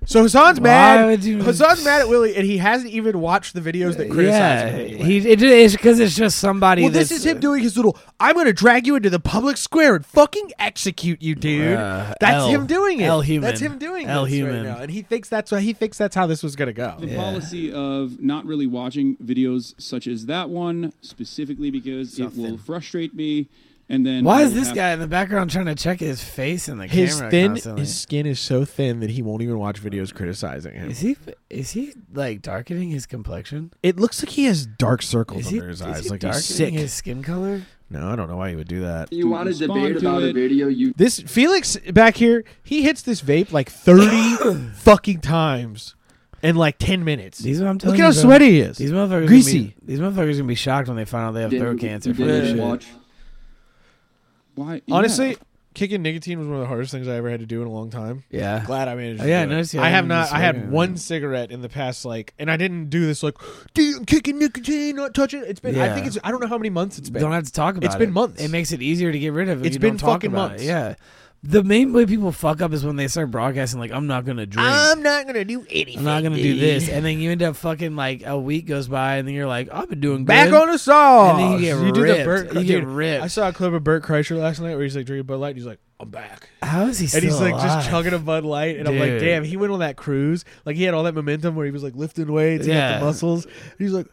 So Hassan's Why mad. would you- Hassan's mad at Willie, and he hasn't even watched the videos that criticize Yeah, him. anyway. he it, it's because it's just somebody. well, this that's- is him doing his little. I'm going to drag you into the public square and fucking execute you, dude. Uh, that's L. him doing it. L human. That's him doing L this human. right now, and he thinks that's what he thinks that's how this was going to go. The policy of not really watching videos such as that one specifically because it will frustrate me. And then Why I is will this have- guy in the background trying to check his face in the His camera thin, constantly? his skin is so thin that he won't even watch videos criticizing him. Is he is he like darkening his complexion? It looks like he has dark circles Is he, under his is eyes, he like darkening he's sick. his skin color? No, I don't know why he would do that. You want to respond debate to about it. a video you This Felix back here, he hits this vape like [coughs] thirty fucking times in like ten minutes. These are what I'm Look telling at how you, bro. sweaty he is. These motherfuckers gonna be- Greasy. these motherfuckers gonna be shocked when they find out they have didn't, throat cancer you for this didn't shit. [laughs] watch. Why? Honestly, yeah. kicking nicotine was one of the hardest things I ever had to do in a long time. Yeah. Glad I managed. Oh, to yeah, do I it. noticed you I have haven't been not. I had smoking. one cigarette in the past, like, and I didn't do this like, dude, I'm kicking nicotine, not touching. it." It's been. I Yeah. think it's. I don't know how many months it's been. Don't have to talk about it. It's been months. It makes it easier to get rid of. If It's you been don't talk fucking about months. It. Yeah. The main way people fuck up is when they start broadcasting like, "I'm not gonna drink." I'm not gonna do anything. I'm not gonna do dude. this, and then you end up fucking like a week goes by, and then you're like, "I've been doing Back good." on the saw. And then you get do the ripped. Bert, You get dude, ripped. I saw a clip of Bert Kreischer last night where he's like drinking Bud Light. and He's like, I'm back, How is he? Still and he's like alive? just chugging a Bud Light. And I'm like, Dude. damn, he went on that cruise. Like he had all that momentum where he was like lifting weights, he got Yeah. the muscles. And he's like,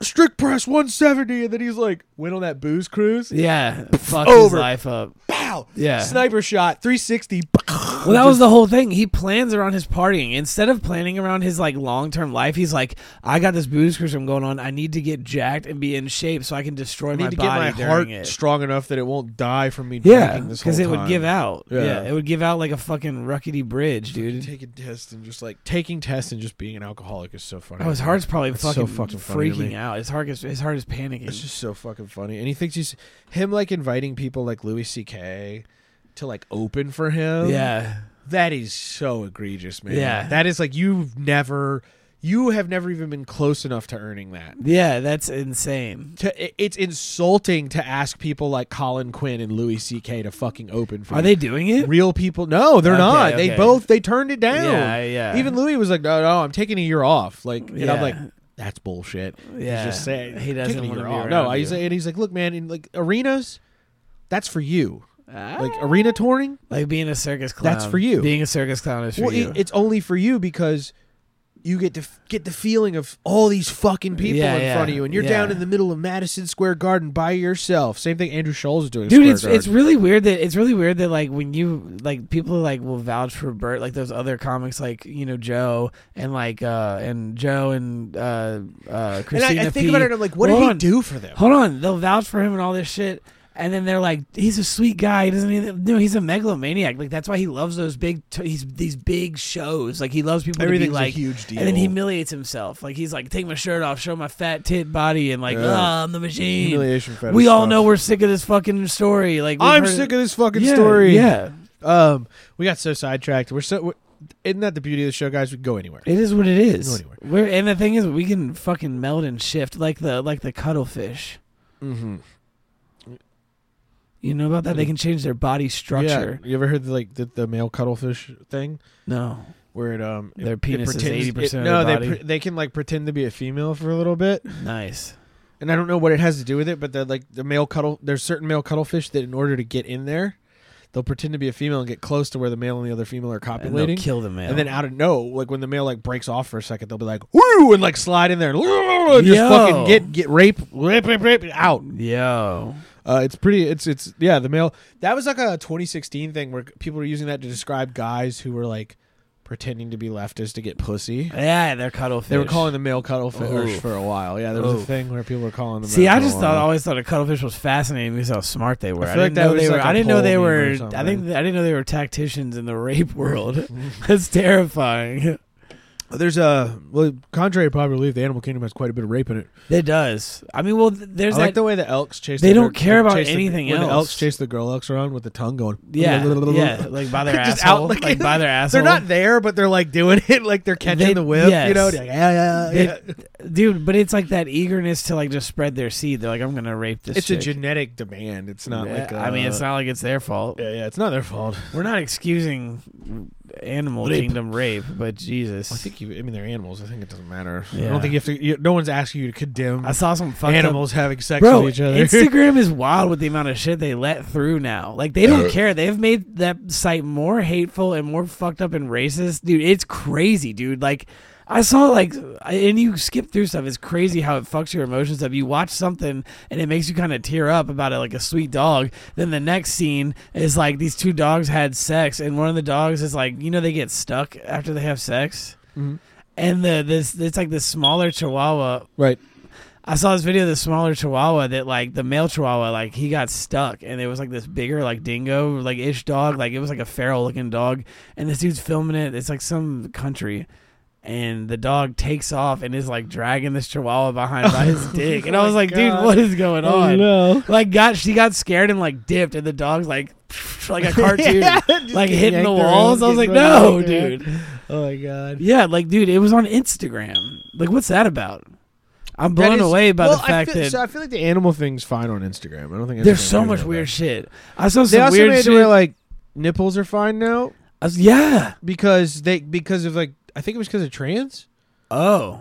strict press 170, and then he's like, went on that booze cruise. Yeah, fucked his over. life up. Pow! Yeah. sniper shot [laughs] 360. Well, that was the whole thing. He plans around his partying instead of planning around his like long term life. He's like, I got this booze cruise I'm going on. I need to get jacked and be in shape so I can destroy I my need to get body my during heart it. strong enough that it won't die from me yeah, drinking this whole because it would time. give out. Yeah. Yeah. it would give out like a fucking ruckety bridge, dude. Taking tests and just like taking tests and just being an alcoholic is so funny. Oh, his heart's probably It's so fucking, fucking funny to freaking me. out. His heart is his heart is panicking. It's just so fucking funny. And he thinks he's him like inviting people like Louis C.K. to like open for him. yeah, That is so egregious, man. Yeah. That is like you've never you have never even been close enough to earning that. yeah, that's insane. To, it- it's insulting to ask people like Colin Quinn and Louis C.K. to fucking open for Are you. they doing it? real people? No, they're Okay, not. They okay. both they turned it down. Yeah, yeah. Even Louis was like, "No, no, I'm taking a year off." Like, and I'm Yeah. like, "That's bullshit." Yeah. he's just saying He doesn't taking a wanna year be off. around No, I you. he's and he's like, "Look, man, in like arenas, that's for you. Ah. Like arena touring, Like being a circus clown. That's for you. Being a circus clown is for well, you. it, it's only for you because." You get to f- get the feeling of all these fucking people Yeah, in yeah, front of you, and you're yeah. down in the middle of Madison Square Garden by yourself. Same thing Andrew Scholl is doing. in Dude, Square it's Garden. it's really weird that it's really weird that like when you like people like will vouch for Bert like those other comics like you know Joe and like uh and Joe and uh uh And Christina I, I think P. about it, and I'm like, what Hold did he on. do for them? Hold on, they'll vouch for him and all this shit, and then they're like, he's a sweet guy. He doesn't even no, he's a megalomaniac. Like that's why he loves those big t- he's these big shows. Like he loves people to be Everything's a like huge and then deal. he humiliates himself. Like he's like, take my shirt off, show my fat tit body, and like, Yeah. ah, I'm the machine. Humiliation fetish we all stuff. know we're sick of this fucking story. Like we've I'm heard- sick of this fucking Yeah, story. Yeah, Um, we got so sidetracked. We're so. We're, isn't that the beauty of the show, guys? We can go anywhere. it is what it Go is. anywhere. We're and the thing is, we can fucking meld and shift like the like the cuttlefish. Mm-hmm. You know about that? They can change their body structure. Yeah. You ever heard the, like the, the male cuttlefish thing No, where it um it- Their it penis is pretends- 80% it- of No, their they body. pre- they can like pretend to be a female for a little bit, nice. and I don't know what it has to do with it, but the like the male cuttle there's certain male cuttlefish that in order to get in there, they'll pretend to be a female and get close to where the male and the other female are And they'll copulating. kill the male. And then out of no, like when the male like breaks off for a second, they'll be like, "Woo!" and like slide in there, [laughs] and just Yo. fucking get get rape, rape, rape, rape out. yo, Uh, it's pretty. It's it's yeah. The male that was like a 2016 thing where people were using that to describe guys who were like pretending to be leftists to get pussy. yeah, they're cuttlefish. They were calling the male cuttlefish Oof. for a while. Yeah, there was a Oof. thing where people were calling them. See, that for I a just thought I while. always thought a cuttlefish was fascinating because how smart they were. I I, feel like didn't that know was they were. like a I didn't know they pole meme or were. I think something. I didn't know they were tacticians in the rape world. [laughs] That's terrifying. there's a well, contrary to popular belief, the animal kingdom has quite a bit of rape in it. It does. I mean, well, th- there's I like that. the way the elks chase. They the don't gir- care about chase the- anything when The else. elks chase the girl elks around with the tongue going. [laughs] yeah, yeah, like by [laughs] their Just asshole, out, like, like- by their [laughs] asshole. They're not there, but they're like doing [laughs] it, like they're catching They- the whip. You yes. know, They're like, yeah, yeah, They- yeah. dude. But it's like that eagerness to like just spread their seed. They're like, I'm gonna rape this. it's a chick. genetic demand. It's not Yeah, like uh, I I mean, uh, it's not like it's their fault. Yeah, yeah, it's not their fault. We're not excusing animal Rape. kingdom rape, but Jesus. I think you. I mean, they're animals. I think it doesn't matter. I Yeah. don't think you have to. You, no one's asking you to condemn I saw some fucked up animals having sex Bro, with each other. [laughs] Instagram is wild with the amount of shit they let through now. Like they don't care. They've made that site more hateful and more fucked up and racist, dude. It's crazy, dude. Like I saw like, and you skip through stuff. It's crazy how it fucks your emotions up. You watch something and it makes you kind of tear up about it, like a sweet dog. Then the next scene is like these two dogs had sex, and one of the dogs is like, you know, they get stuck after they have sex. Mm-hmm. And the this it's like this smaller chihuahua right. I saw this video of the smaller chihuahua that like the male chihuahua like he got stuck and it was like this bigger like dingo like ish dog like it was like a feral looking dog and this dude's filming it it's like some country and the dog takes off and is like dragging this chihuahua behind by [laughs] Oh his dick and I was like dude what is going on no. like got she got scared and like dipped and the dog's like [laughs] [laughs] like a [laughs] cartoon like hitting yanked the around, walls I was like getting fucking no yanked around." dude Oh my god. yeah, like dude, it was on Instagram. Like, what's that about? I'm blown away by the fact I feel, that so I feel like the animal thing's fine on Instagram. I don't think there's Instagram so cares much about weird that. shit. I saw some They also weird made it shit. to where like nipples are fine now I was- yeah. because they because of like I think it was because of trans. Oh.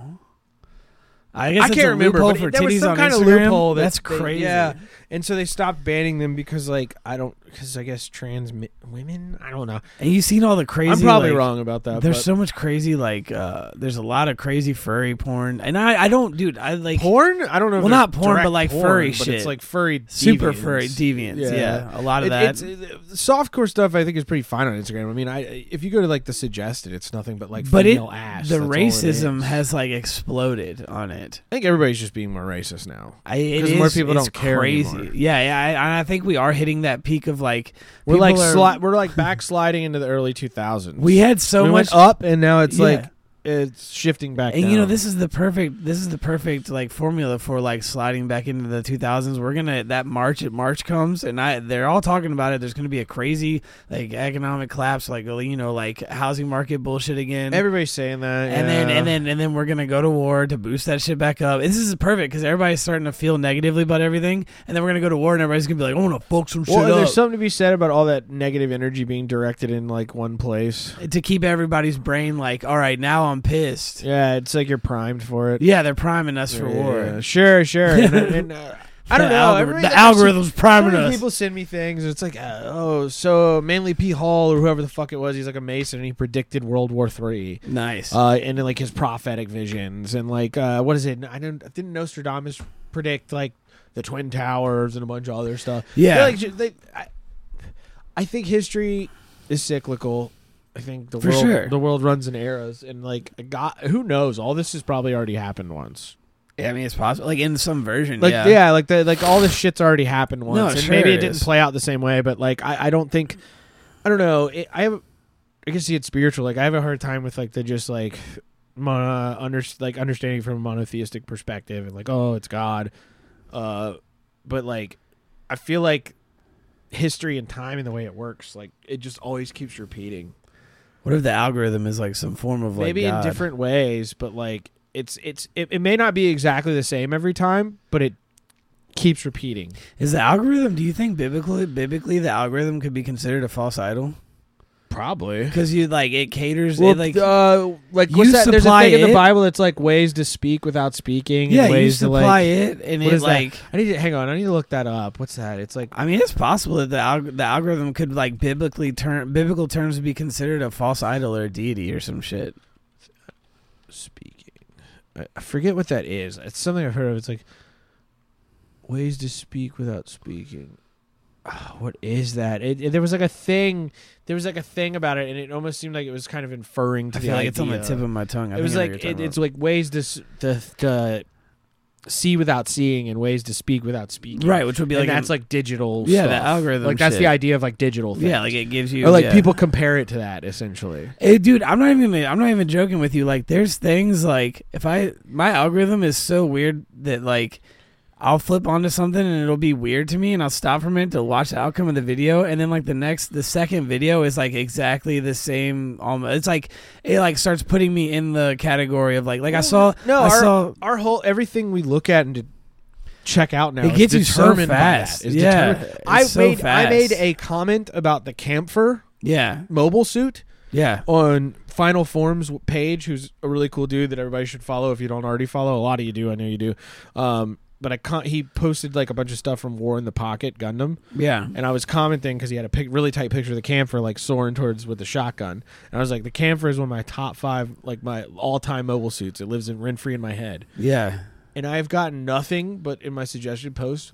I guess I it's can't a remember. loophole but for it- there titties was some on kind of Instagram. loophole. that That's they- crazy. yeah, and so they stopped banning them because like I don't because I guess trans mi- women. I don't know. And you seen all the crazy. I'm probably like, wrong about that. There's but- so much crazy. Like, uh, there's a lot of crazy furry porn, and I, I don't, dude. I like porn. I don't know. if Well, it's not porn, direct but, like, porn, furry but It's shit. like furry, super deviants. furry deviants. Yeah. a lot of It- that. It's, it, softcore stuff I think is pretty fine on Instagram. I mean, I if you go to like the suggested, it's nothing but like but it, female ass. the That's all it racism is. has like exploded on it. I think everybody's just being more racist now. I, it 'Cause is, more people it's don't care crazy. anymore. Yeah, yeah, I, and I think we are hitting that peak of like We're people like are- sli- we're like backsliding into the early 2000s. we had so we much went up, and now it's Yeah. like it's shifting back. and you know down. this is the perfect this is the perfect like formula for like sliding back into the 2000s we're gonna that march at march comes and i they're all talking about it there's gonna be a crazy like economic collapse like you know like housing market bullshit again everybody's saying that, and then yeah. and then and then we're gonna go to war to boost that shit back up. This is perfect because everybody's starting to feel negatively about everything, and then we're gonna go to war and everybody's gonna be like, "I want to fuck some shit well, and up." there's something to be said about all that negative energy being directed in like one place. to keep everybody's brain like, all right, now I'm pissed. Yeah, Yeah, it's like you're primed for it. they're priming us for Yeah, war. Sure, sure. And, and, [laughs] uh, I don't The know. algor- every- the like, I've seen- algorithm's priming so many us. People send me things. And it's like, uh, oh, so mainly P. Hall or whoever the fuck it was. He's like a mason, and he predicted World War Three. Nice. Uh, and then like his prophetic visions, and like uh, what is it? I don't. Didn't Nostradamus predict like the twin towers and a bunch of other stuff? Yeah. They're, like, ju- they, I, I think history is cyclical. I think the For world sure. the world runs in eras, and like God, who knows? All this has probably already happened once. Yeah, I mean, it's possible. Like in some version. Like yeah. yeah, like the like all this shit's already happened once, and sure maybe it it didn't is. play out the same way. But like I, I don't think, I don't know. It, I have, I can see it's spiritual. Like I have a hard time with like the just like, mono, under like understanding from a monotheistic perspective and like oh it's God, uh, but like, I feel like history and time and the way it works like it just always keeps repeating What if the algorithm is like some form of like maybe God? in different ways but like it's it's it, it may not be exactly the same every time but it keeps repeating Is the algorithm? Do you think biblically, biblically, the algorithm could be considered a false idol? probably Because you like it caters. Well, it, like uh, like you what's that? There's a supply thing in the it. Bible that's like ways to speak without speaking. yeah, and you ways supply to like. it, and what it is that? like. I need to hang on. I need to look that up. What's that? It's like I mean, it's possible that the alg- the algorithm could like biblically turn biblical terms would be considered a false idol or a deity or some shit. speaking. I I forget what that is. It's something I've heard of. It's like ways to speak without speaking. Ah, What is that? It, it- there was like a thing. There was like a thing about it, and it almost seemed like it was kind of inferring to I the feel like it's on the idea. tip of my tongue. I it was think I know like what it, you're it's like ways to, s- to to see without seeing and ways to speak without talking speaking. about. right, which would be and like that's an- like digital. Yeah, stuff. the algorithm Like that's shit. the idea of like digital things. yeah, like it gives you or like yeah. people compare it to that essentially. Hey, dude, I'm not even I'm not even joking with you. Like, there's things like if I my algorithm is so weird that like I'll flip onto something and it'll be weird to me, and I'll stop for a minute to watch the outcome of the video, and then like the next the second video is like exactly the same. Almost, it's like it like starts putting me in the category of like like I saw No, I our, saw our whole everything we look at and to check out now It is gets you so determined by that, fast. is Yeah, determined- it's I so made I fast. made a comment about the camphor yeah mobile suit, Yeah. on Final Forms page, who's a really cool dude that everybody should follow if you don't already follow. A lot of you do, I know you do. Um, but I con- he posted like a bunch of stuff from War in the Pocket Gundam. Yeah. And I was commenting because he had a pic- really tight picture of the camphor like soaring towards with the shotgun. And I was like, the camphor is one of my top five, like my all time mobile suits. It lives in rent free in my head. Yeah. And I've gotten nothing but in my suggested post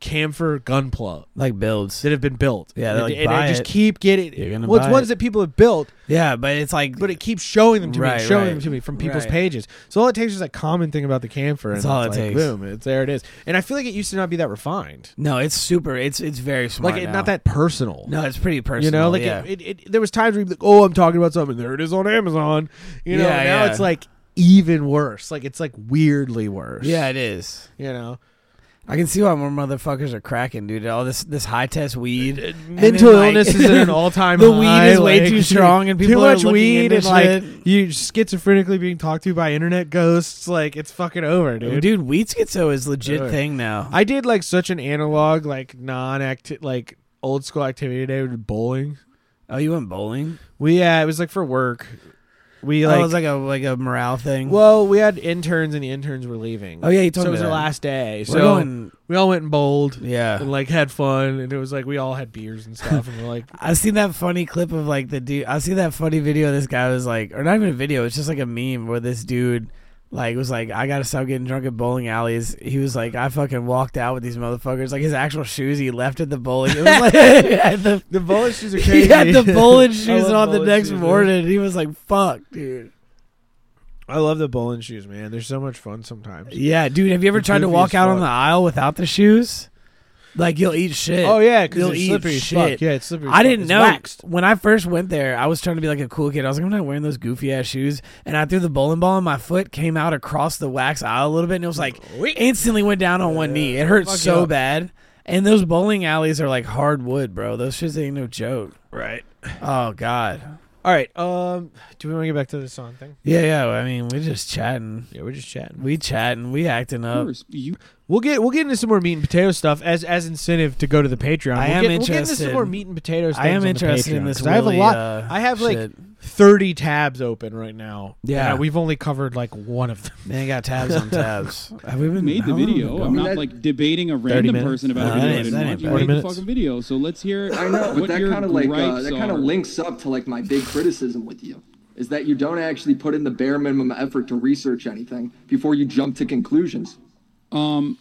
camphor gun plug Like builds. that have been built. Yeah, and, they're like, and I "Buy just it." keep getting. You're gonna well, it's buy ones it. that people have built, Yeah, but it's like but it keeps showing them to me, Right, and showing right. them to me from people's Right. pages. So all it takes is that common thing about the camphor, and That's all it's it like, takes. Boom, it's there. It is, and I feel like it used to not be that refined, no, it's super. It's it's very smart. like it, now. not that personal. No, it's pretty personal. you know, like yeah. it, it, it, there was times where you'd be like, oh, I'm talking about something, there it is on Amazon. You know, Yeah, now yeah. it's like even worse. Like it's like weirdly worse. yeah, it is. you know, I can see why more motherfuckers are cracking, dude. All this this high test weed, And Uh, mental then, like- illness is [laughs] at an all-time the high, weed is way like, [laughs] too strong, and people too much are looking weed into and shit. like you schizophrenically being talked to by internet ghosts. Like it's fucking over, dude, dude. weed schizo is legit Sure. thing now. I did like such an analog, like non-active, like old school activity today with bowling. oh, you went bowling? We yeah, it was like for work. We oh, like it was like a like a morale thing. well, we had interns and the interns were leaving. Oh, yeah, you told so me it was that. the last day. We're so going- we all went and bowled. yeah, And like had fun, and it was like we all had beers and stuff, and we're like, I seen that funny clip of like the dude. I seen that funny video. This guy was like, or not even a video. It's just like a meme where this dude like was like, I gotta stop getting drunk at bowling alleys. He was like, I fucking walked out with these motherfuckers. Like his actual shoes he left at the bowling. It was [laughs] like at [laughs] the, the bowling shoes are [laughs] he had the bowling shoes love on the bowling next shoes, man. morning. He was like, fuck, dude. [laughs] I love the bowling shoes, man. They're so much fun sometimes. Yeah, dude. Have you ever They're tried to goofy walk as out on fuck. the aisle without the shoes? Like you'll eat shit. Oh yeah, because You'll they're eat slippery as shit. fuck. Yeah, it's slippery. as I fuck. didn't It's know waxed. when I first went there. I was trying to be like a cool kid. I was like, I'm not wearing those goofy ass shoes. And I threw the bowling ball, and my foot came out across the wax aisle a little bit, and it was like instantly went down on one knee. It hurt Fuck so yeah. bad. And those bowling alleys are like hardwood, bro. Those shits ain't no joke. Right. Oh God. All right. Um, do we want to get back to the song thing? Yeah, yeah. I mean, we just chatting. Yeah, we're just chatting. We chatting. We acting Of up. course, you We'll get we'll get into some more meat and potato stuff as as incentive to go to the Patreon. I we'll am get, We'll get into interested. some more meat and potatoes. I am things on the interested in Patreon, this. 'cause I have a Willy, lot. uh, I have like shit. thirty tabs open right now. Yeah. and we've only covered like one of them. Man, got tabs [laughs] on tabs. Have we even made the how long have we video. gone? I'm I mean, not that- like debating a random minutes. person about No, a video. that I ain't- didn't that watch. ain't You bad. made the 40 fucking video, so let's hear. I know, but what that your kind of like uh, gripes that kind are. of links up to like my big criticism with you is that you don't actually put in the bare minimum effort to research anything before you jump to conclusions. Um,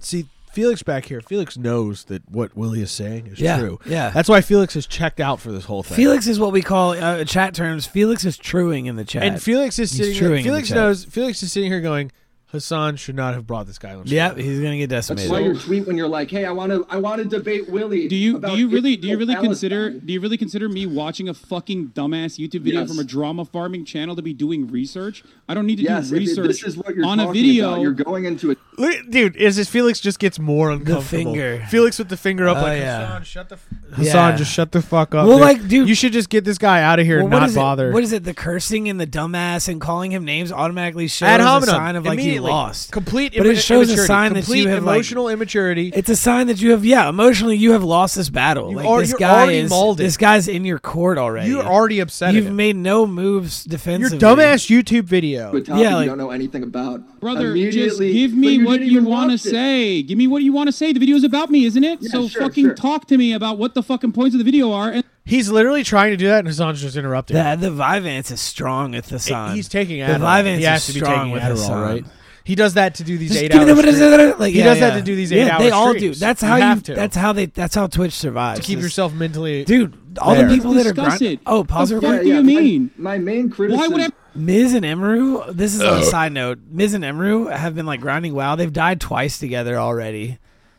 See, Felix back here. Felix knows that what Willie is saying is Yeah, true. yeah. that's why Felix has checked out for this whole thing. Felix is what we call uh, in chat terms. Felix is truing in the chat. and Felix is He's sitting. chewing Here, in the Felix chat. knows. Felix is sitting here going, Hassan should not have brought this guy on. yeah, show." he's gonna get That's decimated. why your tweet when you're like, "Hey, I want to, I want to debate Willie." do you do about you really do you really Israel, consider Palestine." do you really consider me watching a fucking dumbass YouTube video Yes. from a drama farming channel to be doing research? I don't need to Yes, do if it- research this is what you're on a talking video. About. You're going into it. Look- dude, is this Felix just gets more uncomfortable? finger. Felix with the finger up, Oh, like yeah. Hassan, shut the. F- Yeah. Hassan, just shut the fuck up. Well, dude. like, dude- you should just get this guy out of here Well, and what not is it- bother. what is it? The cursing and the dumbass and calling him names automatically shows Ad a hominem. sign of like you Immediately. lost. Complete but it imma- shows a immaturity. sign that Complete you have like, emotional immaturity. It's a sign that you have yeah emotionally you have lost this battle. You like are- this you're guy already is molded. this guy's in your court already. You're already upset. at You've him. made no moves your defensively. dumbass YouTube video. To a topic like- you don't know anything about. Brother, just Immediately- give but me what didn't you even want to watch it. say. Give me what you want to say. The video's about me, isn't it? so sure, fucking sure. talk to me about what the fucking points of the video are. And He's literally trying to do that, and Hassan's just interrupting. The, the Vivance is strong with the sign. He's taking the Adderall. Vivance he has is to be strong taking with Adderall, Hassan. right? He does that to do these eight give me hours. the- like, He yeah, does that yeah. to do these Yeah, eight-hour They all do. streams. That's You how you. have to. That's how they. That's how Twitch survives. to keep It's- yourself mentally. dude. All the There. people that are Discuss grind- it. Oh, pause. The real fuck quick. do you my- mean? My, main criticism. why would I? Miz and Emru, this is on a side note. Miz and Emru have been like grinding WoW. They've died twice together already,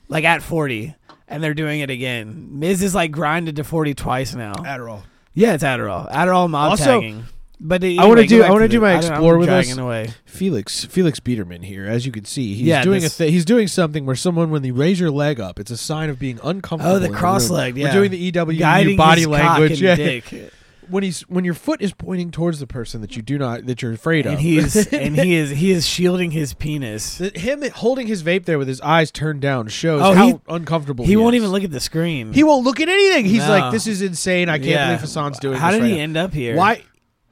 like at forty, and they're doing it again. Miz is like grinded to forty twice now. Adderall. yeah, it's Adderall. Adderall mob Also, tagging. But anyway, wanna go do- back I wanna the- do my I don't- I'm explore with dragging us. Away. Felix Felix Biederman here. As you can see, he's Yeah, doing this- a th- he's doing something where someone when they raise your leg up, it's a sign of being uncomfortable. Oh, the in room. cross leg. Yeah, We're doing the EW Guiding body his cock language. [laughs] and yeah. dick. [laughs] when he's when your foot is pointing towards the person that you do not that you're afraid and of. he's and he is he is shielding his penis. That him holding his vape there with his eyes turned down shows Oh, how he- uncomfortable He won't is. even look at the screen. He won't look at anything. He's No. like, "This is insane. I can't Yeah. believe Hassan's doing How this." did right he now." end up here? Why?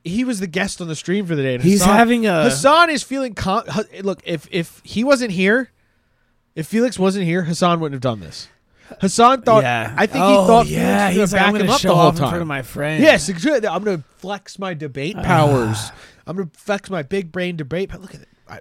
He was the guest on the stream for the day. and He's Hassan- having a- Hassan is feeling. Con- Ha- look, if if he wasn't here, if Felix wasn't here, Hassan wouldn't have done this. Hassan thought. Yeah. I think Oh, he thought. Felix yeah. was He's like, gonna I'm back gonna him up show the whole off in time front of my Ah. friend. Yes, exactly. I'm going to flex my debate powers. I'm going to flex my big brain debate. pow- Look at it. I,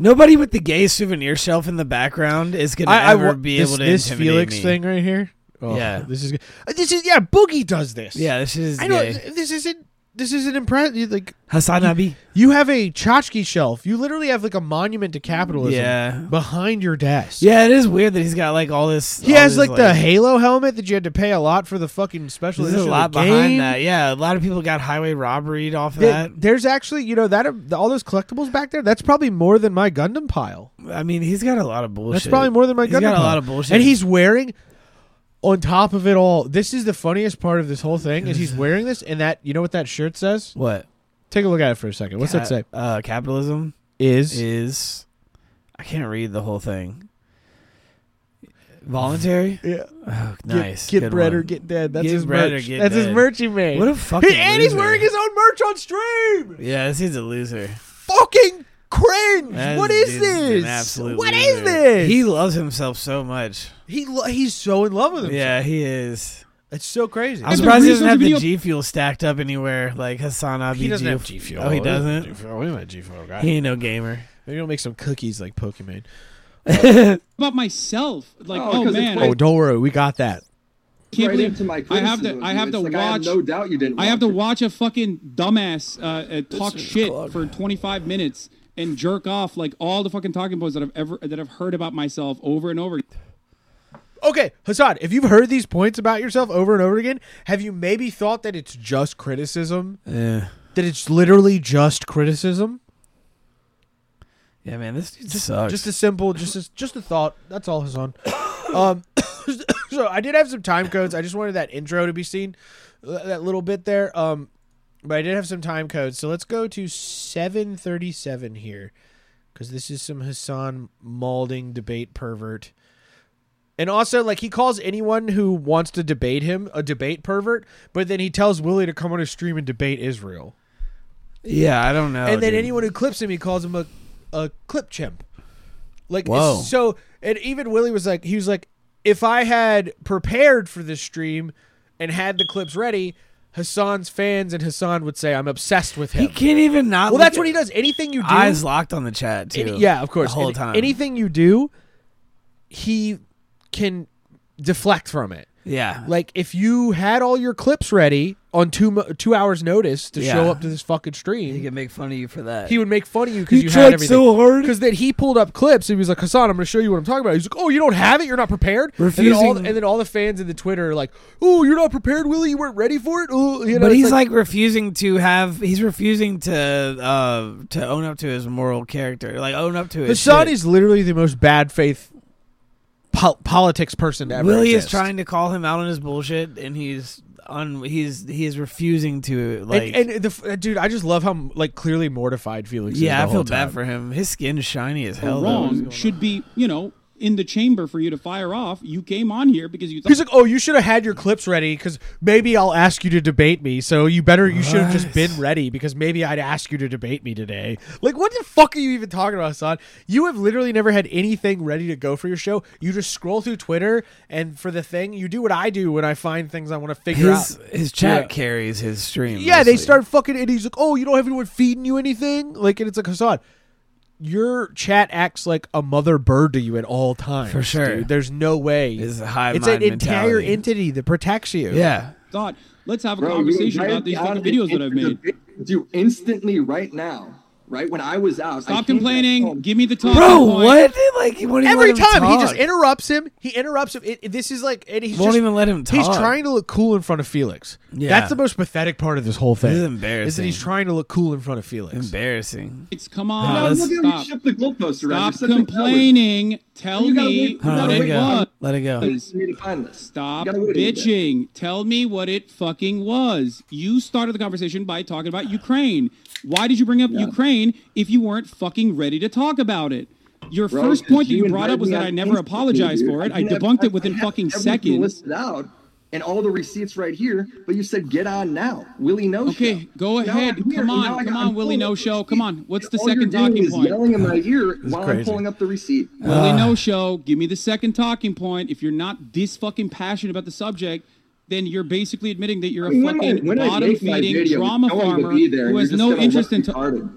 Nobody with the gay souvenir shelf in the background is gonna I, I ever wa- be this, able to this intimidate Felix me. thing right here. Oh, Yeah. this is good. Uh, this is yeah. Boogie does this. Yeah, this is I know. gay. This isn't. This isn't impressive. Like Hassan Abi. You have a tchotchke shelf. You literally have like a monument to capitalism Yeah. behind your desk. Yeah, it is weird that he's got like all this. He all has this, like, the Halo helmet that you had to pay a lot for the fucking special There's a edition lot of the game. behind that. Yeah, a lot of people got highway robberied off of There- that. There's actually, you know, that uh, all those collectibles back there. That's probably more than my Gundam pile. I mean, he's got a lot of bullshit. That's probably more than my He's Gundam got a pile. lot of bullshit. And he's wearing, on top of it all, this is the funniest part of this whole thing is [laughs] he's wearing this and that. You know what that shirt says? what? Take a look at it for a second. What's that say? Uh, capitalism Is is. I can't read the whole thing. Voluntary. yeah. Oh, Get- nice. Get, Good bread or one. get dead. That's Get his bread or merch. get That's his dead. merch he made. What a fucking. He- [laughs] and he's loser. wearing his own merch on stream. Yeah, this is a loser. Fucking cringe. That what is dude's an this? absolute What is loser. this? He loves himself so much. he lo- he's so in love with him. Yeah, he is. it's so crazy. I'm the surprised he doesn't resource have video- the G Fuel stacked up anywhere like Hassan Abi. he doesn't have G Fuel. Oh, he doesn't. We might G Fuel guy. He ain't no gamer. Maybe he'll make some cookies like Pokemon. about myself. Like, Oh, oh, 'cause it's man, I Oh, don't worry, we got that. can't right believe into my I have criticism to. of I you. have It's to like, I have watch. no doubt you didn't. I have to watch watch a fucking dumbass uh, uh, talk shit for 25 minutes and jerk off like all the fucking talking points that I've ever that I've heard about myself over and over. Okay, Hassan, if you've heard these points about yourself over and over again, have you maybe thought that it's just criticism? Yeah. That it's literally just criticism? Yeah, man, this dude sucks. Just a simple, just a, just a thought. That's all, Hassan. [coughs] Um, so I did have some time codes. I just wanted that intro to be seen, th- that little bit there. Um, but I did have some time codes. So let's go to seven thirty-seven here, because this is some Hassan Malding debate pervert. And also, like he calls anyone who wants to debate him a debate pervert, but then he tells Willie to come on his stream and debate Israel. yeah, I don't know. and then Oh, dude. anyone who clips him, he calls him a a clip chimp. Like it's Whoa. so, and even Willie was like, he was like, if I had prepared for this stream and had the clips ready, Hassan's fans and Hassan would say I'm obsessed with he him. can't even not. well, look that's at- what he does. Anything you do, Eyes locked on the chat too. any- yeah, of course, The whole Any- time. Anything you do, he can deflect from it. yeah. Like if you had all your clips ready on two mo- two hours notice to Yeah. show up to this fucking stream, he can make fun of you for that. he would make fun of you because You you, had tried everything. so hard. Because then he pulled up clips and he was like, Hassan, I'm going to show you what I'm talking about. He's like, oh, you don't have it? You're not prepared? And then all, Refusing- the, and then all the fans in the Twitter are like, oh, you're not prepared, Willie? You weren't ready for it? Ooh, you know, but it's he's like, refusing to have. He's refusing to uh to own up to his moral character. Like own up to his. Hassan shit. is literally the most bad faith pol- politics person to ever Willie is exist. trying to call him out on his bullshit, and he's on. He's he is refusing to like. And, and the f- dude, I just love how like clearly mortified Felix is. yeah, the I feel whole bad time. for him. His skin's shiny as hell. Or though. wrong should be you know in the chamber for you to fire off. You came on here because you thought He's like, oh, you should have had your clips ready because maybe I'll ask you to debate me. So you better, you should have just been ready because maybe I'd ask you to debate me today. Like, what the fuck are you even talking about, son? You have literally never had anything ready to go for your show. You just scroll through Twitter and for the thing, you do what I do when I find things I want to figure His out. his chat Yeah. carries his stream. Yeah, they mostly. start fucking, and he's like, oh, you don't have anyone feeding you anything? Like, and it's like, Hassan. Your chat acts like a mother bird to you at all times. For sure. dude. There's no way. It's a hive It's an mind entire mentality. entity that protects you. Yeah. thought let's have a Bro, you conversation invited about these me out fucking and videos that I've made. interrupted You instantly right now, right when I was out. I Stop came back complaining. home. Give me the talk. Bro, what? Like, what do you Every want him to time he just talk? interrupts him, he interrupts him. It, it- this is like, and he's Won't just- even let him He's talk. trying to look cool in front of Felix. Yeah. that's the most pathetic part of this whole thing. This is Is that embarrassing. he's trying to look cool in front of Felix? Embarrassing. It's come Nah, on. Now, let's look at how you stop. shift the goalpost Stop around. You're such a coward. complaining. Tell You gotta me wait- you gotta what it wait. was. Let it go. It's easy to find this. Stop You gotta wait a little bit. bitching. Tell me what it fucking was. You started the conversation by talking about Ukraine. Why did you bring up Ukraine if you weren't fucking ready to talk about it? Your Bro, first 'cause point that you, brought invited up was me that on I never Facebook, apologized dude. for it. I mean, I've- debunked it I've- within I have fucking everything seconds. Listed out, and all the receipts right here. But you said get on now, Willie. No. Okay, Show. go Now I'm ahead. here, Come and on, now I come got- on, I'm Willie pulling No up the Show. receipt. Come on. What's the All you're second doing talking is point? Yelling in my ear while I'm crazy. pulling up the receipt. Willie Ah. No Show, give me the second talking point. If you're not this fucking passionate about the subject, then you're basically admitting that you're a mean, fucking when I bottom make my feeding video, drama no one would farmer be there, who and has you're just no gonna interest look in. Ta- retarded.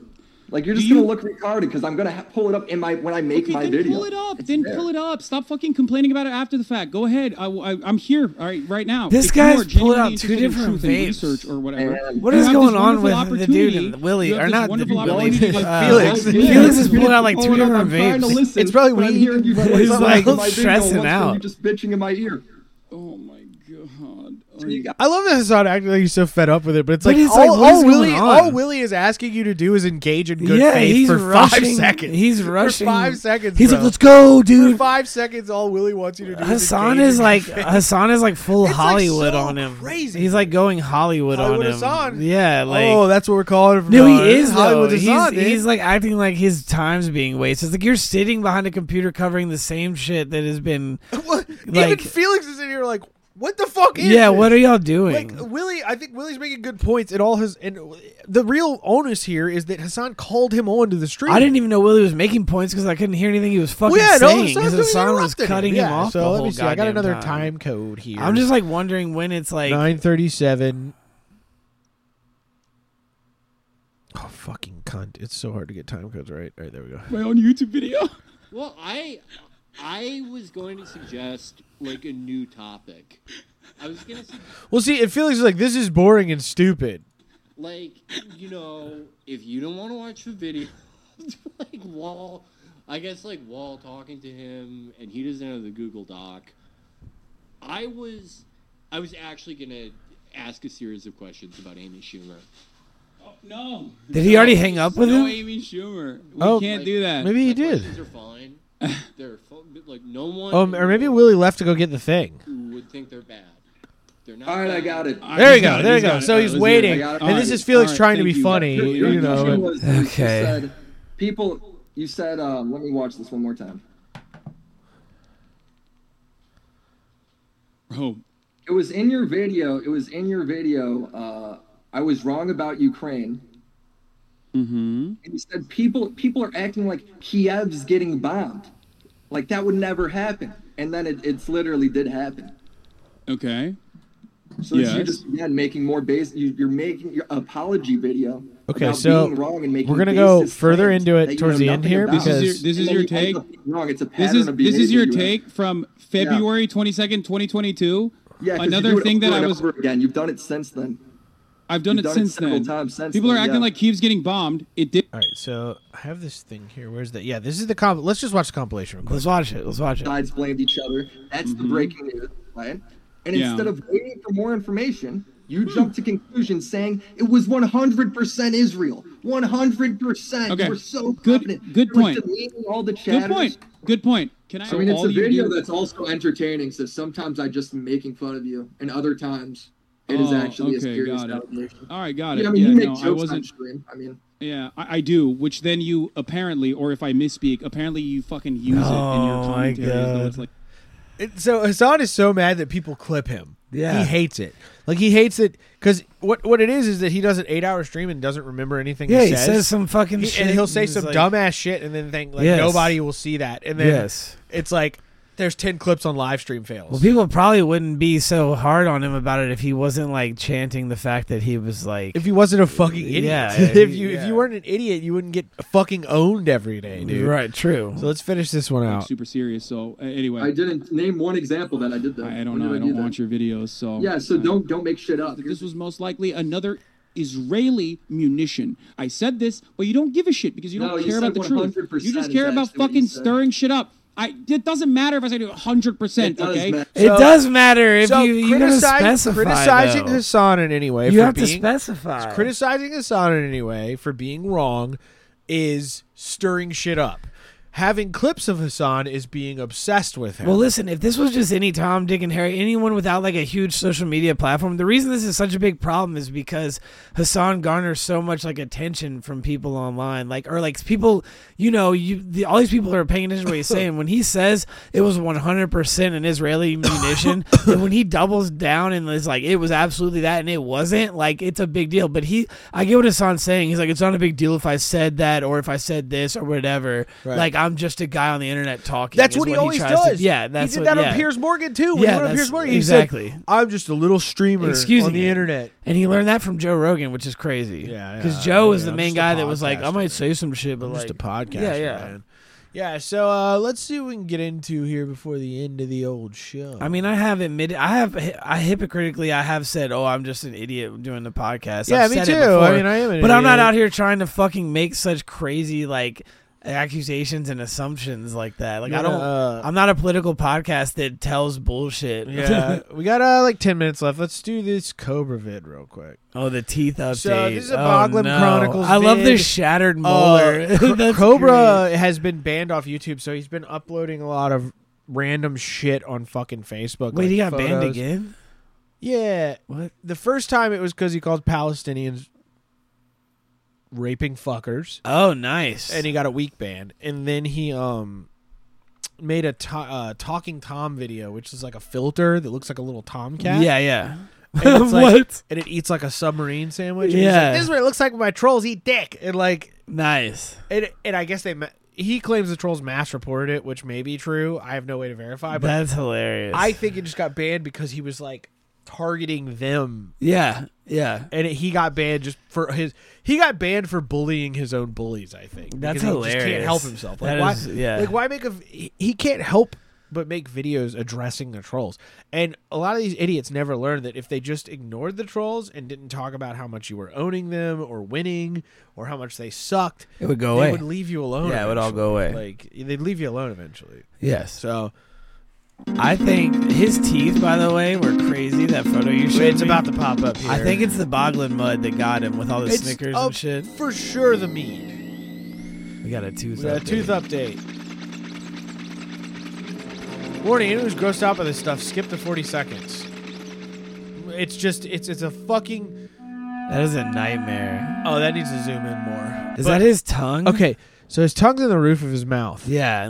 like you're Do just gonna you- look retarded because I'm gonna ha- pull it up in my when I make Okay, my then video. pull it up. It's then there. pull it up. Stop fucking complaining about it after the fact. Go ahead. I, am here. All right, right now. This If you guy's are pulling genuinely out two interested in different truth and vapes. research or whatever. And- What you is have going this on wonderful with the dude and opportunity- Willie? you have Or this not the wonderful dude, Willie. opportunity [laughs] to Uh, feel Felix. good. Felix is pulling out like two Hold on, different I'm trying to vapes. listen, It's probably but I'm weed. hearing [laughs] you He's voice on my like video once stressing when out. You're just bitching in my ear. Oh my [laughs] god. Are You you- got- I love that Hassan acted like he's so fed up with it, but it's But like, it's all, like, what all is Willie going on? all Willie is asking you to do is engage in good yeah, faith he's for rushing, five [laughs] seconds. He's For rushing. five seconds. He's bro. like, let's go, For dude. five seconds, all Willie wants you to do. Hassan engage is in like uh, good faith. Hassan is like full [laughs] It's, like, Hollywood so on him. crazy. He's like going Hollywood, Hollywood on him. Hassan. Yeah, like oh, that's what we're calling him. No, now. he is though. Hollywood He's, Hassan, dude. he's like acting like his time's being wasted. It's like you're sitting behind a computer covering the same shit that has been. [laughs] What? even like- Felix is in here like, what the fuck is Yeah, this? what are y'all doing? like Willie, I think Willie's making good points, and all his and the real onus here is that Hassan called him on to the stream. I didn't even know Willie was making points because I couldn't hear anything he was fucking Well, yeah, no, saying. Hassan's Because doing Hassan was interrupted cutting yeah, him off. So the let whole me see. I got goddamn another time. code here. I'm just like wondering when it's like. nine thirty-seven. Oh fucking cunt! It's so hard to get time codes right. All right, there we go. my own YouTube video. Well, I I was going to suggest like a new topic. I was going to suggest Well, see, it feels like this is boring and stupid. like you know if you don't want to watch the video [laughs] like wall i guess like wall talking to him and he doesn't have the google doc i was i was actually gonna ask a series of questions about amy schumer No. did he already hang up with No him? Amy Schumer. We Oh, can't like- do that. Maybe he My did. questions are [laughs] fine they're fu- but, like no one Um, or maybe Willie left to go get the thing. would think they're bad they're not Um, All right, I bad. got it. All right, There you Uh, he's go. got it, There you he's got go. it. So All right, he's let's do it. waiting, All and this right, is Felix all right, trying to be thank you. funny. Your- your You question know, was that you Okay. said people. You said, um, "Let me watch this one more time." Bro, It was in your video. It was in your video. Uh, I was wrong about Ukraine. Mm-hmm. And you said people people are acting like Kiev's getting bombed, like that would never happen. And then it, it's literally did happen. Okay. So it's you Yes. just again making more base. You, you're making your apology video. Okay, about so being wrong and making we're gonna go baseless further claims into it that you towards know the end nothing here about. because- This is your- this is And your then you end take? up being Wrong. It's a pattern This is of this is behavior your you have. take from February twenty second, twenty twenty two. Yeah, 'cause you do Another it thing that over I and was over again. You've done it since then. I've done it You've done it since several then. times since People then, are acting yeah. like Kiev's getting bombed. It did. All right, so I have this thing here. Where's that? Yeah, this is the comp. Let's just watch the compilation real quick. Let's watch it. Let's watch it. Sides blamed each other. That's the breaking news, right? And Mm-hmm. Yeah. Hmm. instead of waiting for more information, you jumped to conclusions saying it was 100% Israel. 100%. Okay. You were so Good- confident. good You were point. deleting all the Good chatters. point. Good point. Can I? I mean, it's all a you video do- that's also entertaining, so sometimes I just am making fun of you, and other times it is Oh, actually a okay, serious got it. allegation. All right, got it. Yeah, I mean, yeah, you make no, I jokes on wasn't. stream. I mean, Yeah, I, I do. Which then you apparently, or if I misspeak, apparently you fucking use it in your Oh, my commentary. as though God. it's like, It- so Hassan is so mad that people clip him. Yeah. he hates it. Like he hates it because what what it is is that he does an eight hour stream and doesn't remember anything. Yeah, he, he says some fucking He- shit, and he'll say and it's some like- dumbass shit and then think like Yes. nobody will see that, and then Yes. it's like there's ten clips on live stream fails. Well, people probably wouldn't be so hard on him about it if he wasn't like chanting the fact that he was like. if you wasn't a fucking idiot, Yeah, [laughs] if you if yeah. you weren't an idiot, you wouldn't get fucking owned every day, dude. right, true. So let's finish this one out. super serious. So uh, anyway, I didn't name one example that I did though. I don't When know. did I do don't that? watch your videos, so Yeah, so don't don't make shit up. that this was most likely another Israeli munition. I said this, but you don't give a shit because you don't No, you care said about the truth. 100% You just is care about actually what you fucking said. stirring shit up. I it doesn't matter if I say hundred percent. It does Okay, matter. it So- does matter if so you you gotta criticize- specify. criticizing though. Hassan in any way. you for have to being- specify. criticizing Hassan in any way for being wrong is stirring shit up. having clips of Hassan is being obsessed with him. Well, listen, if this was just any Tom, Dick, and Harry, anyone without like a huge social media platform, the reason this is such a big problem is because Hassan garners so much like attention from people online, like or like people, you know, you the, all these people are paying attention to what he's saying. When he says it was 100% an Israeli munition, and when he doubles down and is like it was absolutely that and it wasn't, like it's a big deal. But he, I get what Hassan's saying. He's like, it's not a big deal if I said that or if I said this or whatever. Right. Like I'm just a guy on the internet talking. That's is what he always tries to- does. yeah, that's he did what, that yeah. on Piers Morgan too. When he Yeah, went on that's- Piers Morgan, he said, exactly. I'm just a little streamer Excuse on me. the internet. And he learned that from Joe Rogan, which is crazy. Yeah, because yeah, Joe was yeah, the I'm main just a guy that was like, I podcaster. might say some shit, but like just a podcast. Yeah, yeah. man. Yeah, so uh, let's see what we can get into here before the end of the old show. I mean, I have admitted, I have, I hypocritically, I have said, oh, I'm just an idiot doing the podcast. Yeah, I've me said too. It before, I mean, I am an but I'm not idiot. out here trying to fucking make such crazy like accusations and assumptions like that. Like I Yeah, don't, uh, I'm not a political podcast that tells [laughs] bullshit. [laughs] yeah, we got uh, like ten minutes left. Let's do this Cobra vid real quick. oh, the teeth update. So, this is a Oh, Boglin no. Chronicles I love vid. this shattered [laughs] molar. Uh, Co- [laughs] That's Cobra has been banned off YouTube, so he's been uploading a lot of random shit on fucking Facebook. Wait, like he got banned photos. again? Yeah. What? The first time it was because he called Palestinians raping fuckers, Oh, nice. and he got a week ban. And then he um made a to- uh, talking Tom video, which is like a filter that looks like a little tomcat. Yeah, yeah. [laughs] And it's like- What? And it eats like a submarine sandwich. And he's like, Yeah. this is what it looks like when my trolls eat dick. And like, Nice. and, and I guess they. Ma- he claims the trolls mass reported it, which may be true. I have no way to verify, but That's hilarious. I think it just got banned because he was like targeting them yeah, yeah. and he got banned just for his he got banned for bullying his own bullies i think That's because he just can't hilarious. help himself like That why is- yeah. like why make a he- he can't help but make videos addressing the trolls and a lot of these idiots never learn that if they just ignored the trolls and didn't talk about how much you were owning them or winning or how much they sucked It would go they away. would leave you alone Yeah, it would all go eventually. like they'd leave you alone eventually Yes. so I think his teeth, by the way, were crazy. That photo you showed. it's me. about to pop up here I think it's the Boglin mud that got him with all the It's Snickers up and shit. for sure the mead We got a tooth. We got a update. tooth update. Warning, anyone who's grossed out by this stuff, skip the 40 seconds. It's just, it's it's a fucking. That is a nightmare. Oh, that needs to zoom in more. Is that his tongue? Okay, so his tongue's in the roof of his mouth. Yeah.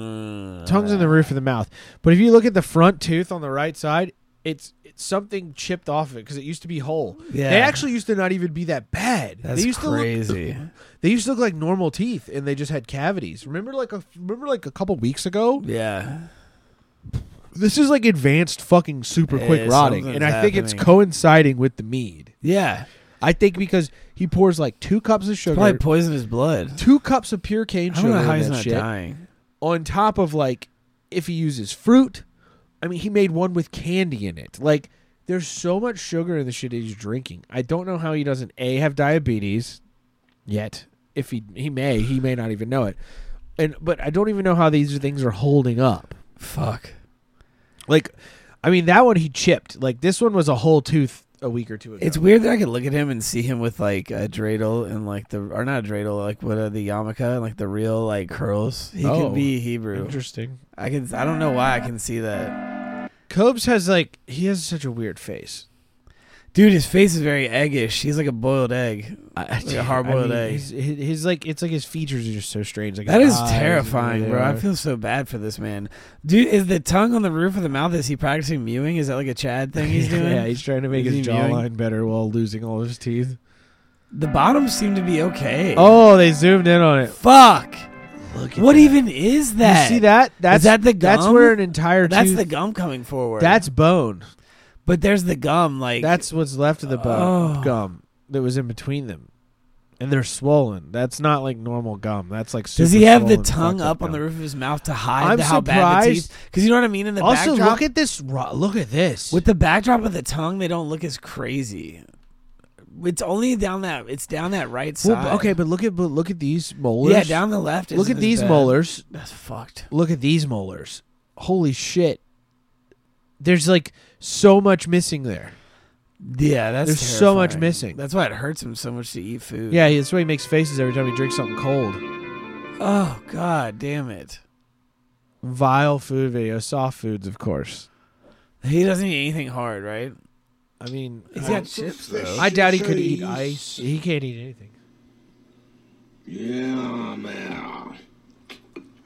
Tongue's in the roof of the mouth. But if you look at the front tooth on the right side, it's, it's something chipped off of it because it used to be whole. Yeah. They actually used to not even be that bad. That's they used to look crazy. [laughs] they used to look like normal teeth and they just had cavities. Remember like a remember like a couple weeks ago? yeah. this is like advanced fucking super Yeah, quick rotting something's and i think it's happening. coinciding with the mead Yeah. i think because he pours like two cups of sugar Probably poisoned his blood. two cups of pure cane I don't sugar know how in he's that not shit, dying. on top of like if he uses fruit i mean he made one with candy in it like there's so much sugar in the shit he's drinking i don't know how he doesn't a have diabetes yet if he he may he may not even know it and but i don't even know how these things are holding up Fuck. Like, I mean, that one he chipped. Like, this one was a whole tooth a week or two ago. It's weird that I could look at him and see him with like a dreidel and like the or not a dreidel, like what are the yarmulke and like the real like curls. He Oh. could be Hebrew. interesting. I can I don't know why I can see that. Cobes has like he has such a weird face. Dude, his face is very eggish. He's like a boiled egg. Like a hard boiled I mean, egg. he's, his, his, like it's like his features are just so strange. Like that his is eyes and terrifying, they bro. I are. feel so bad for this man. Dude, is the tongue on the roof of the mouth? Is he practicing mewing? Is that like a Chad thing he's doing? [laughs] yeah, he's trying to make Is his he mewing? jawline better while losing all his teeth. The bottoms seem to be okay. Oh, they zoomed in on it. fuck. Look What even is that? You see that? That's that the That's gum? where an entire That's tooth. the gum coming forward. that's bone. But there's the gum, like That's what's left of the bone Oh. gum that was in between them, and they're swollen. That's not like normal gum. That's like super Does he have the swollen, tongue fucked up on the gum. roof of his mouth to hide I'm the, how bad the surprised- teeth? Because you know what I mean. In the Also, backdrop, look at this. ro- Look at this. with the backdrop of the tongue, they don't look as crazy. It's only down that. It's down that right Well, side. b- okay, but look at but look at these molars. yeah, down the left. Look isn't at as these bad. molars. That's fucked. Look at these molars. Holy shit! There's like so much missing there. Yeah, that's There's so much terrifying. missing. That's why it hurts him so much to eat food. Yeah, that's why he makes faces every time he drinks something cold. Oh god, damn it. vile food videos, soft foods, of course. He doesn't eat anything hard, right? I mean, He's I- got chips though. I doubt he could eat ice. He can't eat anything. Yeah, man.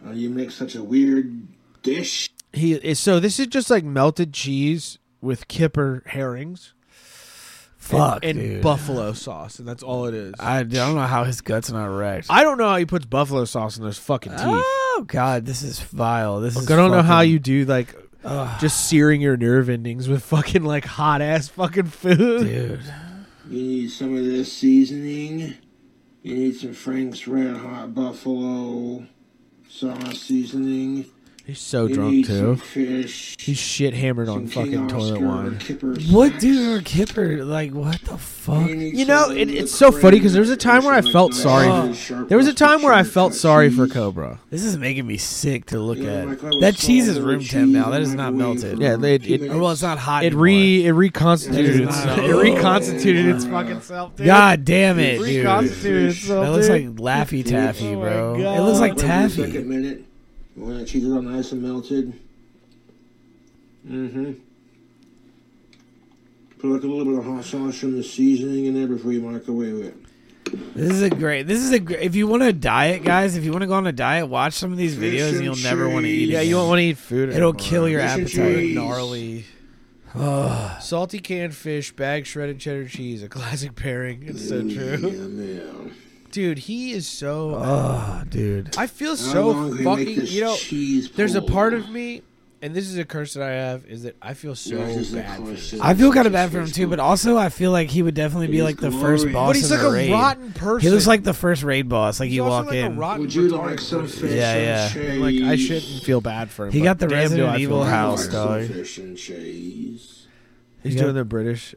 Uh, you make such a weird dish. He is so this is just like melted cheese with kipper herrings Fuck, and dude. buffalo sauce, and that's all it is. I, I don't know how his guts are not wrecked. don't know how he puts buffalo sauce in those fucking teeth. Oh god, this is vile. This is. Like, I don't know how fucking- you do like just searing your nerve endings with fucking like hot ass fucking food. [laughs] dude. You need some of this seasoning. You need some Frank's Red Hot Buffalo sauce seasoning. He's so You drunk need too. some fish. He's shit hammered on some King fucking toilet Oscar wine. kipper What, sauce. dude? Or Kipper? Like, what the fuck? You need You know, some it, of it's the so funny because there was a cream. time where I Some felt nice sorry. really for- sharp There was a rustic time where I sugar felt cut sorry for cheese. Cobra. This is making me sick to look Yeah, at. like I was that cheese is smaller room temp now. cheese, That is not microwave melted. for Yeah, they- it- Or, well, it's not hot. It anymore. re it reconstituted It is itself. not- It reconstituted its fucking self. Dude. God damn it, dude. That reconstituted itself. looks dude. like Laffy oh Taffy, my bro. God. It looks like Wait a taffy. second minute. When that cheese is all nice and melted. Mm-hmm. Put like a little bit of hot sauce from the seasoning in there before you microwave it. This is a great. This is a. Gr- if you want to diet, guys, if you want to go on a diet, watch some of these videos, and you'll never want to eat. yeah, you again. won't want to eat food. It'll anymore. kill your Fish and appetite. cheese. gnarly. [sighs] Salty canned fish, bag shredded cheddar cheese, a classic pairing. It's so [laughs] true. Yeah, man. Dude, he is so. Ah, Oh, dude. I feel How so long can make fucking. this You know, cheese there's a pull? part of me, and this is a curse that I have, is that I feel so Yours is the bad. for closest. him. I feel kind of bad for him too, but also I feel like he would definitely be like the first But boss. But he's in like the a raid. rotten person. He looks like the first raid boss. Like He's you also walk like in. A rotten Would you retarded like some person. fish Yeah, and yeah. cheese? Like I shouldn't feel bad for him. He but got the damn, do Resident I feel Evil bad for I'd like house, him. some dog. Fish and cheese. He's got- doing the British.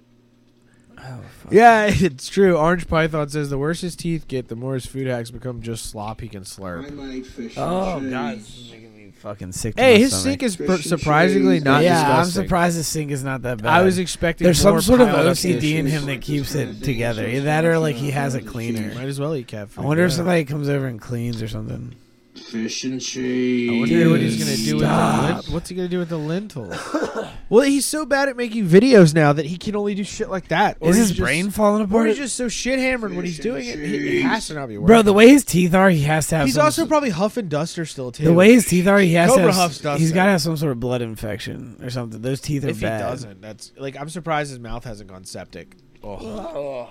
Oh, Yeah, [laughs] it's true. Orange Python says the worse his teeth get, the more his food hacks become just slop he can I slurp. like fish Oh and god, this cheese. is making me fucking sick. to Hey, my his stomach. sink is Fish pr- and surprisingly cheese. not yeah, disgusting. I'm surprised his sink is not that bad. I was expecting There's some more sort of piled up OCD in dishes. him that keeps it together. Either that or like he has it cleaner. Might as well eat cat food. I wonder if yeah. somebody comes over and cleans or something. Fish and cheese. I wonder what he's gonna do with the lint- what's he gonna do with the lentils? [laughs] well, he's so bad at making videos now that he can only do shit like that. Or Is he's his just- brain falling Or apart? he's just so shit hammered when he's doing it. It it has to not be working. Bro, the way his teeth are, he has to have. he's some also s- probably huffing duster still too. the way his teeth are, he has Cobra to. Have, Huff's s- does he's that. got to have some sort of blood infection or something. Those teeth are if bad. he doesn't that's like i'm surprised his mouth hasn't gone septic oh.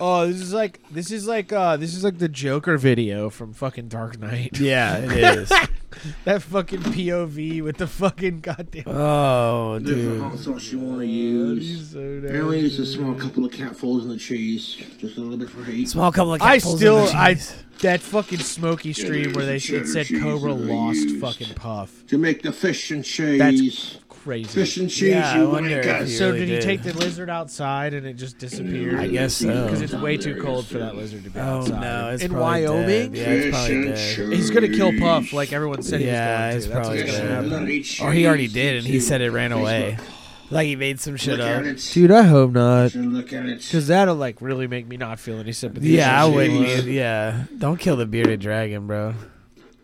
oh this is like this is like uh this is like the joker video from fucking dark knight Yeah, it is. [laughs] that fucking pov with the fucking goddamn [laughs] oh, Different dude. hot sauce you want to use. He's so I damn- only use a small couple of catfolds in the cheese, just a little bit for heat. Small couple of i capfuls in still the i cheese. that fucking smoky stream where they it Cheddar said cheese cobra that I lost used. fucking puff To make the fish and cheese. That's- Fish crazy and cheese, Yeah, I you want wonder to if guys. you- so really did he did. take the lizard outside and it just disappeared I guess so. because it's way too cold for that lizard to be Oh outside no, it's in probably dead. wyoming Yeah, it's probably Fish and dead. cheese. He's gonna kill Puff, like everyone said Yeah, he was it's going to. That's probably what's gonna gonna happen. Or he already did, and he said it ran away. [laughs] Like he made some shit Look up. at it. Dude, I hope not, Look at it. because that'll like really make me not feel any sympathy. Yeah, I for wouldn't. these use- Yeah, don't kill the bearded dragon, bro.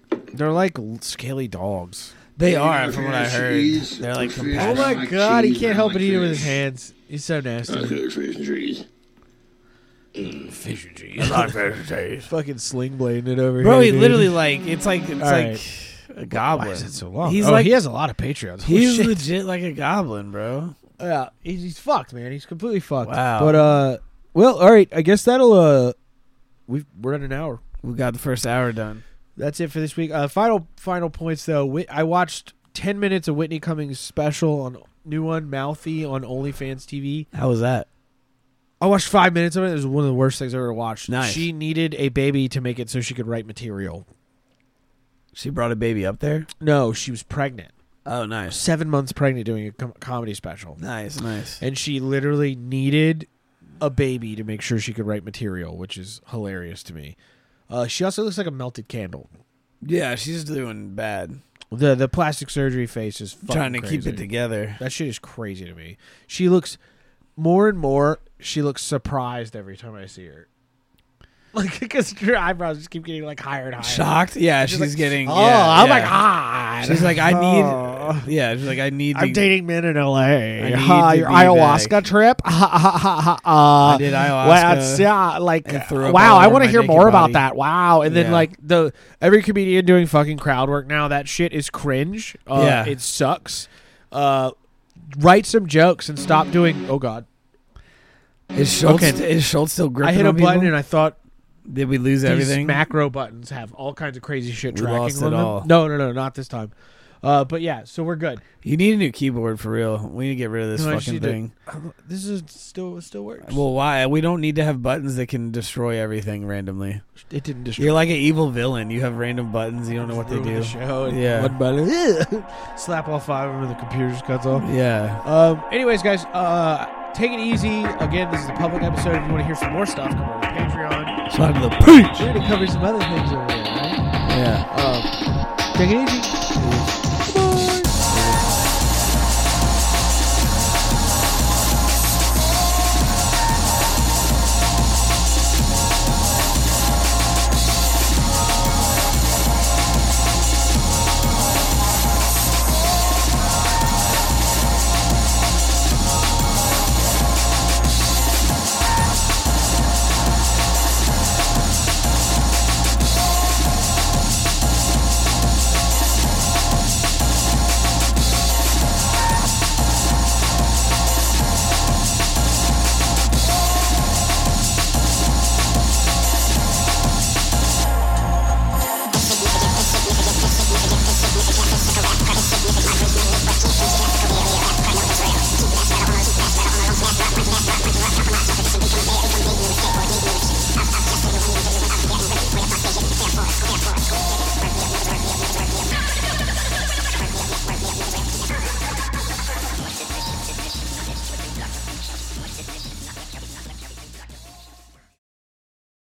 people. They're like l- scaly dogs. They Yeah, are, I've from had what I heard. cheese. They're like I've had compassionate. Oh I my like god, he cheese, can't I help like but eat it with fish. his hands. He's so nasty. Look at fish and cheese. Fucking sling blading it over Bro, here. he dude. literally like it's like it's All like a goblin. Why is it so long? He's oh, like he has a lot of Patreons. Holy he's shit. legit like a goblin, bro. Yeah, he's, he's fucked, man. He's completely fucked. Wow. But uh, well, all right. I guess that'll uh, we we're at an hour. We got the first hour done. That's it for this week. Uh, final final points though. Whit- I watched ten minutes of Whitney Cummings special on new one Mouthy on OnlyFans TV. How was that? I watched five minutes of it. It was one of the worst things I have ever watched. Nice. She needed a baby to make it so she could write material. She brought a baby up there. No, she was pregnant, Oh, nice, seven months pregnant, doing a com- comedy special, nice, nice. and she literally needed a baby to make sure she could write material, which is hilarious to me. Uh, she also looks like a melted candle. Yeah, she's doing bad. The the plastic surgery face is fucking Trying to keep crazy. it together. That shit is crazy to me. She looks more and more. She looks surprised every time I see her. [laughs] Like, because your eyebrows just keep getting like higher and higher. Shocked? Yeah, she's, getting. Oh, yeah, I'm yeah. like, ah. [laughs] She's like, I Oh. need. Yeah, she's like, I need. I'm to- dating men in L.A. need Ha, to your be ayahuasca back. trip. [laughs] Ha, ha, ha, ha, ha. I did ayahuasca Wow, it's, yeah, like and threw up wow. all I over want to my hear naked more about body. that. Wow, and then Yeah. like the every comedian doing fucking crowd work now. That shit is cringe. Uh, Yeah. it sucks. Uh, write some jokes and stop doing. Oh God, Is Schultz? Okay. Is Schultz still gripping? I hit a on button people? and I thought Did we lose These everything? macro buttons have all kinds of crazy shit We tracking lost on it them. all. No, no, no, not this time. Uh, but yeah, so we're good. you need a new keyboard for real. We need to get rid of this No, I just fucking need to- thing. This is still it still works. Well, why? We don't need to have buttons that can destroy everything randomly. it didn't destroy. You're like an evil villain. You have random buttons. You don't know what they ruin do. the show. and Yeah. one button. [laughs] Slap all five of them, and the computer just cuts off. Yeah. Um. Anyways, guys, uh, take it easy. Again, this is the public episode. If you want to hear some more stuff, come over to Patreon. Slide to the peach. We're gonna cover some other things over there. Right? Yeah. Um, take it easy.